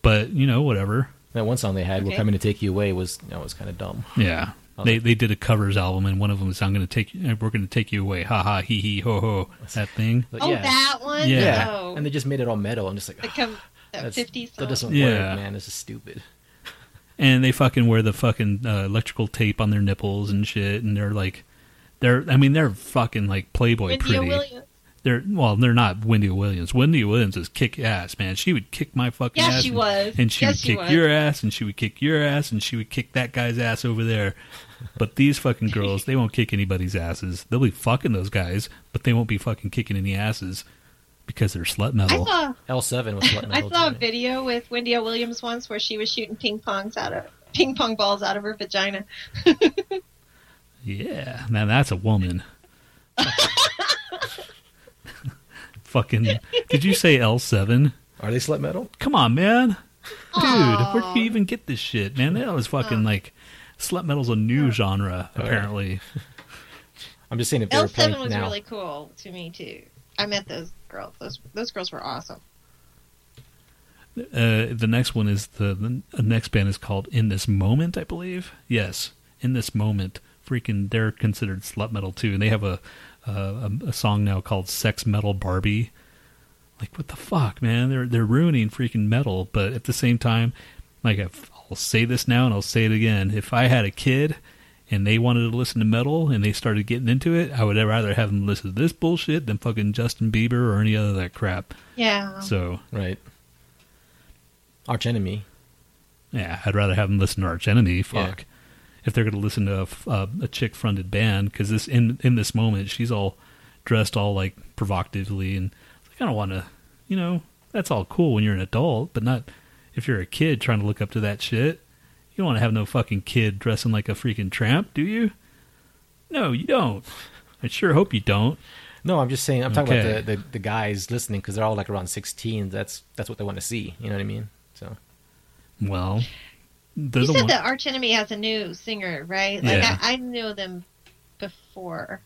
[SPEAKER 3] But you know, whatever.
[SPEAKER 2] That one song they had,
[SPEAKER 4] Okay.
[SPEAKER 2] "We're Coming to Take You Away," was that was kind of dumb.
[SPEAKER 3] Yeah.
[SPEAKER 2] I was
[SPEAKER 3] They
[SPEAKER 2] like,
[SPEAKER 3] they did a covers album and one of them is I'm gonna take you we're gonna take you away ha ha hee hee ho ho that thing
[SPEAKER 2] but
[SPEAKER 4] Oh,
[SPEAKER 2] yeah.
[SPEAKER 4] that one?
[SPEAKER 3] Yeah.
[SPEAKER 4] Oh.
[SPEAKER 2] and they just made it all metal. I'm just like,
[SPEAKER 4] The com- that
[SPEAKER 2] that's-
[SPEAKER 4] 50
[SPEAKER 2] that
[SPEAKER 4] song.
[SPEAKER 2] doesn't
[SPEAKER 3] Yeah.
[SPEAKER 2] work, man. This is stupid.
[SPEAKER 3] and they fucking wear the fucking uh, electrical tape on their nipples and shit and they're like they're I mean they're fucking like Playboy
[SPEAKER 4] Cynthia
[SPEAKER 3] pretty
[SPEAKER 4] Williams.
[SPEAKER 3] they're well they're not Wendy Williams Wendy Williams is kick ass man she would kick my fucking
[SPEAKER 4] Yes,
[SPEAKER 3] ass
[SPEAKER 4] she
[SPEAKER 3] and,
[SPEAKER 4] was.
[SPEAKER 3] and she
[SPEAKER 4] Yes,
[SPEAKER 3] would
[SPEAKER 4] she
[SPEAKER 3] kick
[SPEAKER 4] was.
[SPEAKER 3] your ass and she would kick your ass and she would kick that guy's ass over there but these fucking girls they won't kick anybody's asses they'll be fucking those guys but they won't be fucking kicking any asses because they're slut metal
[SPEAKER 4] saw-
[SPEAKER 2] L7 was slut
[SPEAKER 4] I
[SPEAKER 2] metal.
[SPEAKER 4] saw a
[SPEAKER 2] too.
[SPEAKER 4] video with Wendy O. Williams once where she was shooting ping pongs out of ping pong balls out of her vagina.
[SPEAKER 3] Yeah, now that's a woman. Fucking. Did you say L7?
[SPEAKER 2] Are they slut metal?
[SPEAKER 3] Come on, man. Dude, where did you even get this shit, man? That was fucking like. Slut metal's a new genre,
[SPEAKER 2] yeah.
[SPEAKER 3] apparently.
[SPEAKER 2] I'm just saying if they were
[SPEAKER 4] L7
[SPEAKER 2] playing
[SPEAKER 4] was
[SPEAKER 2] now.
[SPEAKER 4] really cool to me too. I met those girls. Those those girls were awesome.
[SPEAKER 3] Uh, the next one is the, the the next band is called In This Moment, I believe. Yes, In This Moment. Freaking, they're considered slut metal too, and they have a uh, a, a song now called Sex Metal Barbie. Like, what the fuck, man? They're they're ruining freaking metal, but at the same time, like I've, I'll say this now and I'll say it again. If I had a kid and they wanted to listen to metal and they started getting into it, I would rather have them listen to this bullshit than fucking Justin Bieber or any other of that crap.
[SPEAKER 4] Yeah.
[SPEAKER 3] So
[SPEAKER 2] Right. Arch Enemy.
[SPEAKER 3] Yeah, I'd rather have them listen to Arch Enemy. Fuck. If they're going to listen to a, f- uh, a chick fronted band, because this in in this moment she's all dressed all like provocatively, and it's like, I don't want to, you know, that's all cool when you're an adult, but not if you're a kid trying to look up to that shit. You don't want to have no fucking kid dressing like a freaking tramp, do you? No, you don't. I sure hope you don't.
[SPEAKER 2] No, I'm just saying. I'm talking
[SPEAKER 3] Okay.
[SPEAKER 2] about the, the, the guys listening because they're all like around 16. That's that's what they want to see. You know what I mean? So
[SPEAKER 3] Well, there's a
[SPEAKER 4] you said
[SPEAKER 3] one.
[SPEAKER 4] that Arch Enemy has a new singer, right? Like
[SPEAKER 3] Yeah.
[SPEAKER 4] I, I knew them before.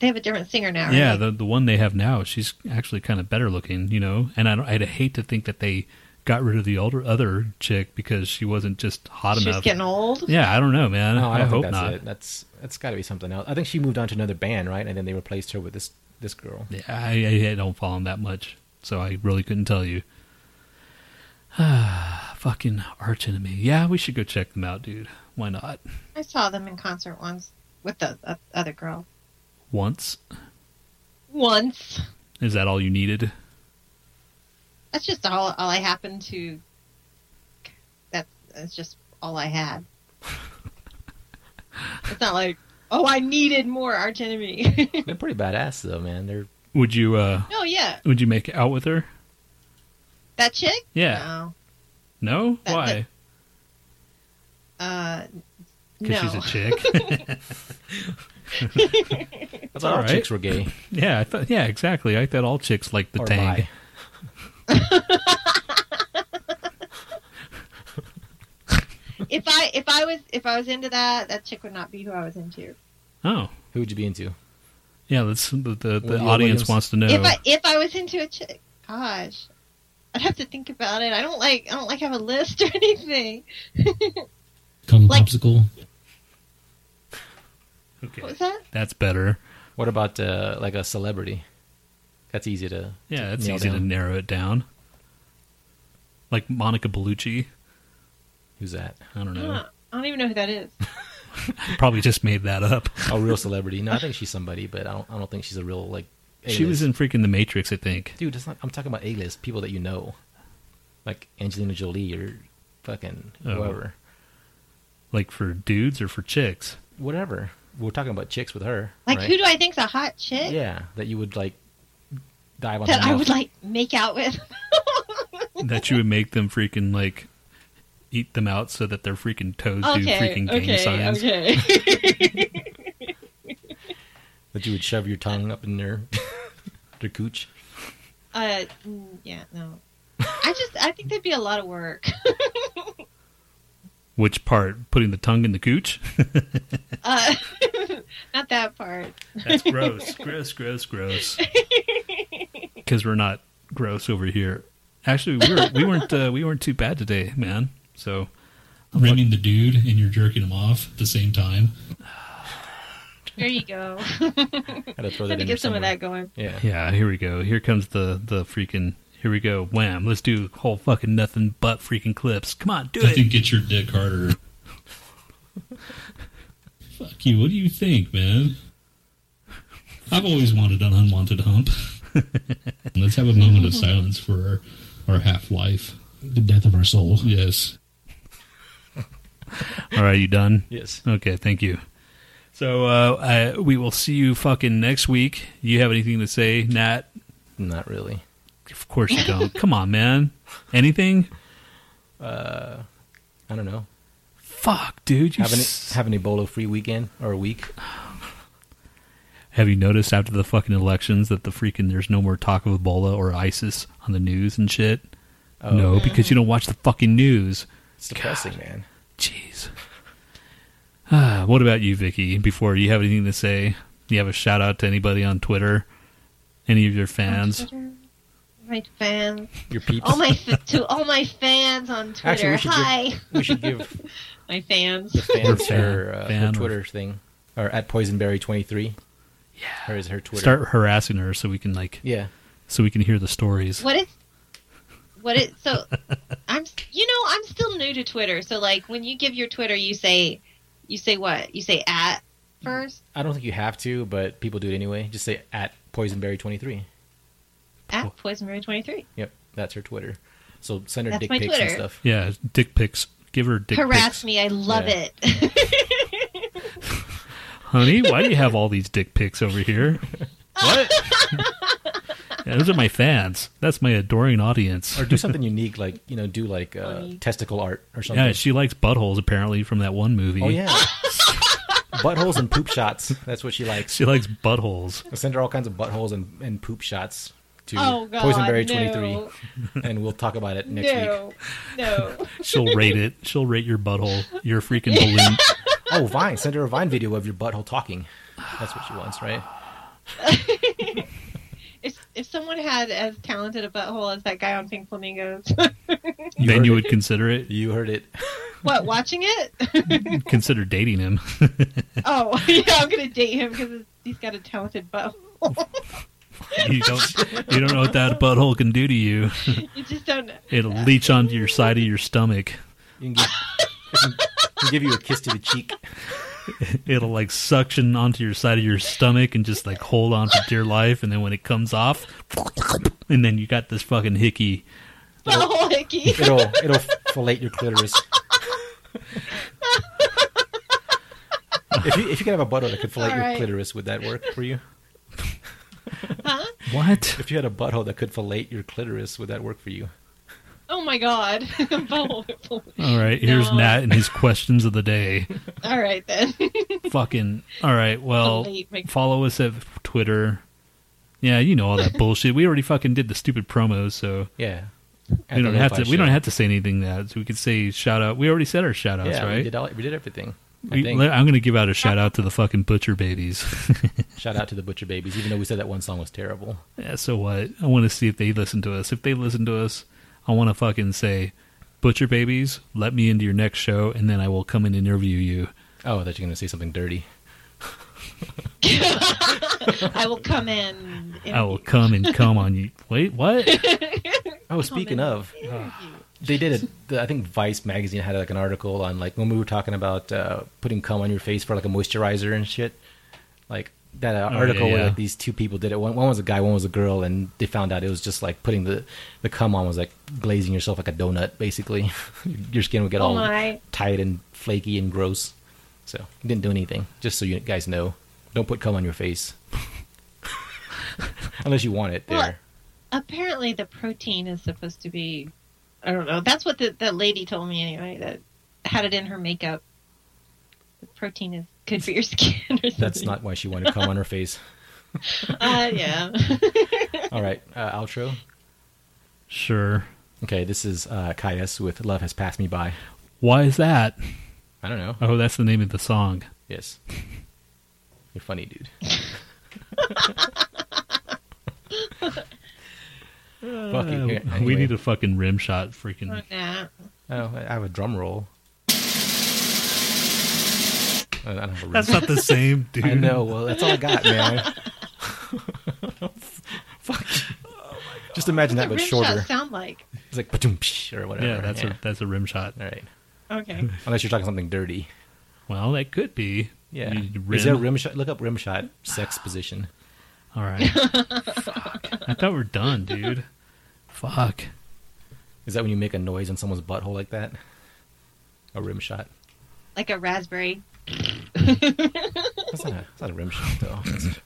[SPEAKER 4] They have a different singer now.
[SPEAKER 3] Yeah,
[SPEAKER 4] right?
[SPEAKER 3] the the one they have now, she's actually kind of better looking, you know. And I don't, I'd hate to think that they got rid of the older other chick because she wasn't just hot
[SPEAKER 4] she's
[SPEAKER 3] enough.
[SPEAKER 4] getting old.
[SPEAKER 3] Yeah, I don't know, man.
[SPEAKER 2] no, I,
[SPEAKER 3] Uh, I,
[SPEAKER 2] don't
[SPEAKER 3] hope
[SPEAKER 2] think that's
[SPEAKER 3] not.
[SPEAKER 2] it. That's that's got to be something else. I think she moved on to another band, right? And then they replaced her with this this girl.
[SPEAKER 3] Yeah, I, I don't follow them that much, so I really couldn't tell you. Fucking arch enemy. Yeah, we should go check them out, dude. Why not?
[SPEAKER 4] I saw them in concert once with the uh, other girl.
[SPEAKER 3] Once
[SPEAKER 4] Once.
[SPEAKER 3] is that all you needed?
[SPEAKER 4] That's just all all I happened to. That's that's just all I had. it's not like oh I needed more Arch Enemy.
[SPEAKER 2] They're pretty badass though, man. They're
[SPEAKER 3] Would you uh
[SPEAKER 4] oh yeah,
[SPEAKER 3] would you make out with her?
[SPEAKER 4] that chick.
[SPEAKER 3] Yeah.
[SPEAKER 4] No.
[SPEAKER 3] No?
[SPEAKER 4] That-
[SPEAKER 3] Why?
[SPEAKER 4] Uh,
[SPEAKER 3] because she's
[SPEAKER 4] No.
[SPEAKER 3] a chick.
[SPEAKER 2] I thought all chicks were gay.
[SPEAKER 3] Yeah, I thought. Yeah, exactly. I thought all chicks liked the
[SPEAKER 2] Or
[SPEAKER 3] tang.
[SPEAKER 4] If I if I was if I was into that, that chick would not be who I was into.
[SPEAKER 3] Oh,
[SPEAKER 2] who would you be into?
[SPEAKER 3] Yeah, that's the the, the
[SPEAKER 2] Wendy
[SPEAKER 3] audience
[SPEAKER 2] Williams.
[SPEAKER 3] wants to know.
[SPEAKER 4] If I if I was into a chick, gosh, I'd have to think about it. I don't like I don't like have a list or anything.
[SPEAKER 9] Come
[SPEAKER 4] Like-
[SPEAKER 9] popsicle.
[SPEAKER 3] Okay.
[SPEAKER 4] What was that?
[SPEAKER 3] That's better.
[SPEAKER 2] What about uh, like a celebrity? That's easy to
[SPEAKER 3] yeah,
[SPEAKER 2] to
[SPEAKER 3] that's
[SPEAKER 2] nail
[SPEAKER 3] easy to
[SPEAKER 2] down.
[SPEAKER 3] narrow it down. Like Monica Bellucci.
[SPEAKER 2] Who's that?
[SPEAKER 3] I don't
[SPEAKER 4] I
[SPEAKER 3] know.
[SPEAKER 4] don't, I don't even know who that is.
[SPEAKER 3] Probably just made that up.
[SPEAKER 2] a real celebrity. No, I think she's somebody, but I don't. I don't think she's a real like.
[SPEAKER 3] She was
[SPEAKER 2] A-list.
[SPEAKER 3] in freaking The Matrix, I think.
[SPEAKER 2] dude. That's not. I'm talking about A-list people that you know, like Angelina Jolie or fucking
[SPEAKER 3] Oh.
[SPEAKER 2] whoever,
[SPEAKER 3] Like for dudes or for chicks.
[SPEAKER 2] whatever. We're talking about chicks with her.
[SPEAKER 4] Like
[SPEAKER 2] right?
[SPEAKER 4] who do I think's a hot chick
[SPEAKER 2] Yeah, that you would like dive on.
[SPEAKER 4] that
[SPEAKER 2] her
[SPEAKER 4] I
[SPEAKER 2] mouth.
[SPEAKER 4] would like make out with?
[SPEAKER 3] that you would make them freaking like eat them out so that their freaking toes do
[SPEAKER 4] okay,
[SPEAKER 3] freaking gang
[SPEAKER 4] okay,
[SPEAKER 3] signs.
[SPEAKER 4] okay.
[SPEAKER 2] That you would shove your tongue up in their their cooch.
[SPEAKER 4] uh, mm, yeah, no. I just I think that'd be a lot of work.
[SPEAKER 3] Which part? Putting the tongue in the cooch?
[SPEAKER 4] Uh, not that part.
[SPEAKER 3] That's gross, gross, gross, gross. Because we're not gross over here. Actually, we, were, we weren't. Uh, we weren't too bad today, man. So
[SPEAKER 9] Renting the dude and you're jerking him off at the same time.
[SPEAKER 4] There you go.
[SPEAKER 2] Gotta throw
[SPEAKER 4] Had
[SPEAKER 2] that
[SPEAKER 4] to
[SPEAKER 2] in
[SPEAKER 4] get
[SPEAKER 2] there
[SPEAKER 4] some of
[SPEAKER 2] somewhere.
[SPEAKER 4] that going.
[SPEAKER 2] Yeah.
[SPEAKER 3] yeah, here we go. Here comes the the freaking. Here we go. Wham! Let's do whole fucking nothing but freaking clips. Come on, do
[SPEAKER 9] I
[SPEAKER 3] it.
[SPEAKER 9] think it's your dick harder. Fuck you. What do you think, man? I've always wanted an unwanted hump. Let's have a moment of silence for our, our half life.
[SPEAKER 10] The death of our soul.
[SPEAKER 9] Yes.
[SPEAKER 3] All right, you done?
[SPEAKER 2] Yes.
[SPEAKER 3] Okay, thank you. So uh, I, we will see you fucking next week. You have anything to say, Nat?
[SPEAKER 2] Not really.
[SPEAKER 3] Of course you don't. Come on, man. Anything?
[SPEAKER 2] Uh, I don't know.
[SPEAKER 3] Fuck, dude. You
[SPEAKER 2] Have an
[SPEAKER 3] s-
[SPEAKER 2] have an Ebola free weekend or a week.
[SPEAKER 3] Have you noticed after the fucking elections that the freaking there's no more talk of Ebola or ISIS on the news and shit?
[SPEAKER 2] Oh.
[SPEAKER 3] No, because you don't watch the fucking news.
[SPEAKER 2] It's depressing, man.
[SPEAKER 3] Jeez. Ah, what about you, Vicky? Before you have anything to say, you have a shout out to anybody on Twitter, any of your fans.
[SPEAKER 4] My fans.
[SPEAKER 2] Your peeps.
[SPEAKER 4] All Oh my f- to all my fans on
[SPEAKER 2] Actually,
[SPEAKER 4] Twitter.
[SPEAKER 2] we should
[SPEAKER 4] Hi.
[SPEAKER 2] give we should give
[SPEAKER 4] my fans.
[SPEAKER 2] the fans
[SPEAKER 3] Fan-
[SPEAKER 2] her, uh, her
[SPEAKER 3] fan or-
[SPEAKER 2] Twitter thing or at Poisonberry twenty three. Yeah, her is her Twitter.
[SPEAKER 3] Start harassing her so we can like,
[SPEAKER 2] Yeah.
[SPEAKER 3] so we can hear the stories.
[SPEAKER 4] What is? What is? So, I'm. s- You know, I'm still new to Twitter. So, like, when you give your Twitter, you say, you say what? You say at first.
[SPEAKER 2] I don't think you have to, but people do it anyway. Just say at Poisonberry twenty three.
[SPEAKER 4] At poisonberry23.
[SPEAKER 2] Yep, that's her Twitter. So send her
[SPEAKER 4] That's
[SPEAKER 2] dick
[SPEAKER 4] my
[SPEAKER 2] pics and
[SPEAKER 4] Twitter.
[SPEAKER 2] stuff.
[SPEAKER 3] Yeah, dick pics. Give her dick
[SPEAKER 4] Harass
[SPEAKER 3] pics.
[SPEAKER 4] me. I love
[SPEAKER 2] Yeah.
[SPEAKER 4] it.
[SPEAKER 3] Honey, why do you have all these dick pics over here?
[SPEAKER 2] What?
[SPEAKER 3] Yeah, those are my fans. That's my adoring audience.
[SPEAKER 2] or do something unique, like you know, do like uh,
[SPEAKER 4] Funny.
[SPEAKER 2] testicle art or something.
[SPEAKER 3] Yeah, she likes buttholes apparently from that one movie.
[SPEAKER 2] oh yeah, buttholes and poop shots. That's what she likes.
[SPEAKER 3] She likes buttholes.
[SPEAKER 2] Send her all kinds of buttholes and, and poop shots to
[SPEAKER 4] Oh, God,
[SPEAKER 2] Poisonberry
[SPEAKER 4] no.
[SPEAKER 2] 23, and we'll talk about it next week.
[SPEAKER 4] no, no.
[SPEAKER 3] She'll rate it. She'll rate your butthole, your freaking balloon.
[SPEAKER 2] Oh, Vine. Send her a Vine video of your butthole talking. That's what she wants, right?
[SPEAKER 4] If if someone had as talented a butthole as that guy on Pink Flamingos,
[SPEAKER 3] then
[SPEAKER 2] heard
[SPEAKER 3] you
[SPEAKER 2] it.
[SPEAKER 3] would consider it.
[SPEAKER 2] You heard it.
[SPEAKER 4] what? Watching it.
[SPEAKER 3] Consider dating him.
[SPEAKER 4] Oh, yeah, I'm gonna date him because he's got a talented butthole.
[SPEAKER 3] you don't. You don't know what that butthole can do to you.
[SPEAKER 4] you just don't. know.
[SPEAKER 3] It'll leach onto your side of your stomach.
[SPEAKER 2] You can give, it can- it can give you a kiss to the cheek.
[SPEAKER 3] It'll like suction onto your side of your stomach and just like hold on for dear life. And then when it comes off, and then you got this fucking hickey.
[SPEAKER 4] Butthole hickey.
[SPEAKER 2] It'll it'll fillet your clitoris. if you if you could have a butthole that could fillet
[SPEAKER 4] All
[SPEAKER 2] your
[SPEAKER 4] right.
[SPEAKER 2] clitoris, would that work for you?
[SPEAKER 4] Huh?
[SPEAKER 3] What?
[SPEAKER 2] If you had a butthole that could fillet your clitoris, would that work for you?
[SPEAKER 4] Oh my my god. All
[SPEAKER 3] All right, here's
[SPEAKER 4] No.
[SPEAKER 3] Nat and his questions of the day.
[SPEAKER 4] All right then.
[SPEAKER 3] Fucking. All right, well,
[SPEAKER 4] Delete my-
[SPEAKER 3] follow us at Twitter. Yeah, you know all that bullshit. We already fucking did the stupid promos, so
[SPEAKER 2] Yeah. At
[SPEAKER 3] we don't
[SPEAKER 2] the
[SPEAKER 3] have to.
[SPEAKER 2] Lo-Fi
[SPEAKER 3] We don't
[SPEAKER 2] Show.
[SPEAKER 3] have to say anything. That so we could say shout out. We already said our shout outs,
[SPEAKER 2] yeah,
[SPEAKER 3] right?
[SPEAKER 2] we did all, we did everything. I
[SPEAKER 3] We-
[SPEAKER 2] think.
[SPEAKER 3] le- I'm going to give out a shout out to the fucking butcher babies.
[SPEAKER 2] Shout out to the Butcher Babies, even though we said that one song was terrible.
[SPEAKER 3] yeah, Eh, so what? I want to see if they listen to us. If they listen to us, I want to fucking say, butcher babies, let me into your next show, and then I will come and interview you.
[SPEAKER 2] Oh, I thought you were going to say something dirty.
[SPEAKER 4] I will come in.
[SPEAKER 3] I will come and come on you. Wait, what?
[SPEAKER 2] Oh, speaking of, they did it. the- I think Vice magazine had like an article on like when we were talking about uh, putting cum on your face for like a moisturizer and shit. Like that uh,
[SPEAKER 3] Oh,
[SPEAKER 2] article
[SPEAKER 3] yeah,
[SPEAKER 2] where
[SPEAKER 3] yeah.
[SPEAKER 2] like these two people did it. One, one was a guy, one was a girl, and they found out it was just like putting the the cum on was like glazing yourself like a donut. Basically, your skin would get
[SPEAKER 4] Oh
[SPEAKER 2] all
[SPEAKER 4] my.
[SPEAKER 2] tight and flaky and gross. So it didn't do anything. Just so you guys know, don't put cum on your face unless you want it there.
[SPEAKER 4] Well, apparently the protein is supposed to be. I don't know. That's what the, that lady told me anyway. That had it in her makeup. The protein is good for your skin. Or something.
[SPEAKER 2] That's not why she wanted cum on her face.
[SPEAKER 4] Uh, yeah.
[SPEAKER 2] All right, uh, outro.
[SPEAKER 3] Sure.
[SPEAKER 2] Okay, this is uh, Caius with "Love Has Passed Me By."
[SPEAKER 3] Why is that?
[SPEAKER 2] I don't know.
[SPEAKER 3] Oh, that's the name of the song.
[SPEAKER 2] Yes, you're funny, dude. Fucking here,
[SPEAKER 3] Uh,
[SPEAKER 2] anyway.
[SPEAKER 3] We need a fucking rim shot. Freaking.
[SPEAKER 4] Oh, nah.
[SPEAKER 2] Oh, I have a drum roll. I I don't have a
[SPEAKER 3] That's
[SPEAKER 2] rim-
[SPEAKER 3] not the same, dude.
[SPEAKER 2] I know. Well, that's all I got, man. Fuck. Just imagine that,
[SPEAKER 4] What's
[SPEAKER 2] but
[SPEAKER 4] a rim shot
[SPEAKER 2] shorter.
[SPEAKER 4] sound like?
[SPEAKER 2] It's like "Ba-doom-psh," or whatever.
[SPEAKER 3] Yeah, that's a that's a rim shot.
[SPEAKER 2] all right.
[SPEAKER 4] Okay.
[SPEAKER 2] Unless you're talking something dirty.
[SPEAKER 3] Well, that could be.
[SPEAKER 2] Yeah.
[SPEAKER 3] You
[SPEAKER 2] Is there a
[SPEAKER 3] rim-
[SPEAKER 2] rim shot? Look up rim shot sex position.
[SPEAKER 3] All right. Fuck. I thought we are done, dude. Fuck.
[SPEAKER 2] Is that when you make a noise in someone's butthole like that? A rim shot.
[SPEAKER 4] Like a raspberry.
[SPEAKER 2] That's not a, that's not a rim shot though. That's-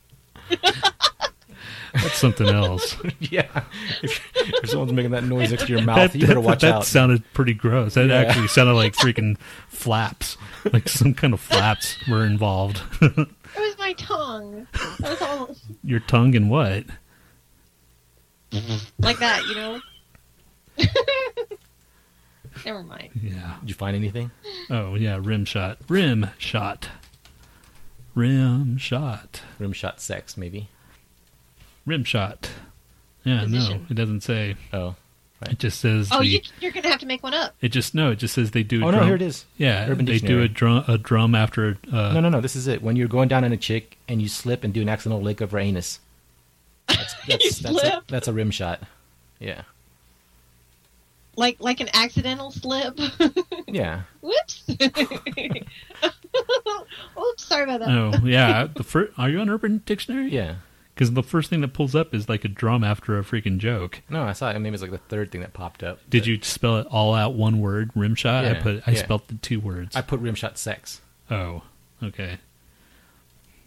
[SPEAKER 3] That's something else.
[SPEAKER 2] yeah. If, if someone's making that noise next to your mouth,
[SPEAKER 3] that,
[SPEAKER 2] you better
[SPEAKER 3] that-
[SPEAKER 2] watch
[SPEAKER 3] that
[SPEAKER 2] out.
[SPEAKER 3] sounded pretty gross. That
[SPEAKER 2] Yeah.
[SPEAKER 3] actually sounded like freaking flaps. Like some kind of flaps were involved.
[SPEAKER 4] It was my tongue. That was all
[SPEAKER 3] Your tongue and what?
[SPEAKER 4] like that, you know. Never mind.
[SPEAKER 3] Yeah.
[SPEAKER 2] Did you find anything?
[SPEAKER 3] Oh yeah, rim shot. Rim shot. Rim shot.
[SPEAKER 2] Rim shot sex, maybe.
[SPEAKER 3] Rim shot. Yeah, no,
[SPEAKER 4] Position.
[SPEAKER 3] it doesn't say.
[SPEAKER 2] Oh.
[SPEAKER 3] It just says
[SPEAKER 4] Oh,
[SPEAKER 3] the.
[SPEAKER 4] you, you're gonna have to make one up.
[SPEAKER 3] It just no. It just says they do. a
[SPEAKER 2] Oh, no,
[SPEAKER 3] drum.
[SPEAKER 2] here it is.
[SPEAKER 3] Yeah,
[SPEAKER 2] Urban
[SPEAKER 3] they do
[SPEAKER 2] Dictionary.
[SPEAKER 3] a drum. A drum after. Uh,
[SPEAKER 2] No, no, no. This is it. When you're going down on a chick and you slip and do an accidental lick of her anus. That's that's that's, a,
[SPEAKER 4] slip?
[SPEAKER 2] that's a rim shot. Yeah.
[SPEAKER 4] Like like an accidental slip.
[SPEAKER 2] Yeah.
[SPEAKER 4] Whoops. Oops, sorry about that.
[SPEAKER 3] Oh yeah. The fir- Are you on Urban Dictionary?
[SPEAKER 2] Yeah.
[SPEAKER 3] Because the first thing that pulls up is like a drum after a freaking joke.
[SPEAKER 2] No, I saw it. Maybe it's like the third thing that popped up.
[SPEAKER 3] Did you spell it all out one word? Rim shot. I
[SPEAKER 2] Yeah,
[SPEAKER 3] put. I
[SPEAKER 2] yeah.
[SPEAKER 3] spelt the two words.
[SPEAKER 2] I put rim shot sex.
[SPEAKER 3] oh. Okay.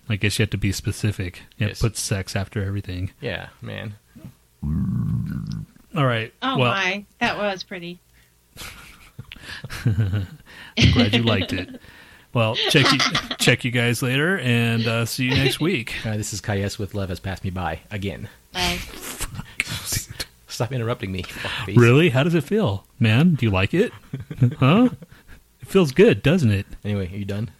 [SPEAKER 3] I guess you have to be specific. You have
[SPEAKER 2] Yes.
[SPEAKER 3] to put sex after everything.
[SPEAKER 2] Yeah, man.
[SPEAKER 3] All right.
[SPEAKER 4] Oh
[SPEAKER 3] well,
[SPEAKER 4] my, that was pretty.
[SPEAKER 3] I'm glad you liked it. Well, check you, check you guys later, and uh, see you next week.
[SPEAKER 2] Uh, this is Caius with Love Has Passed Me By again.
[SPEAKER 4] Bye.
[SPEAKER 2] Stop interrupting me. fuckface.
[SPEAKER 3] Really? How does it feel, man? Do you like it? huh? It feels good, doesn't it?
[SPEAKER 2] Anyway, are you done?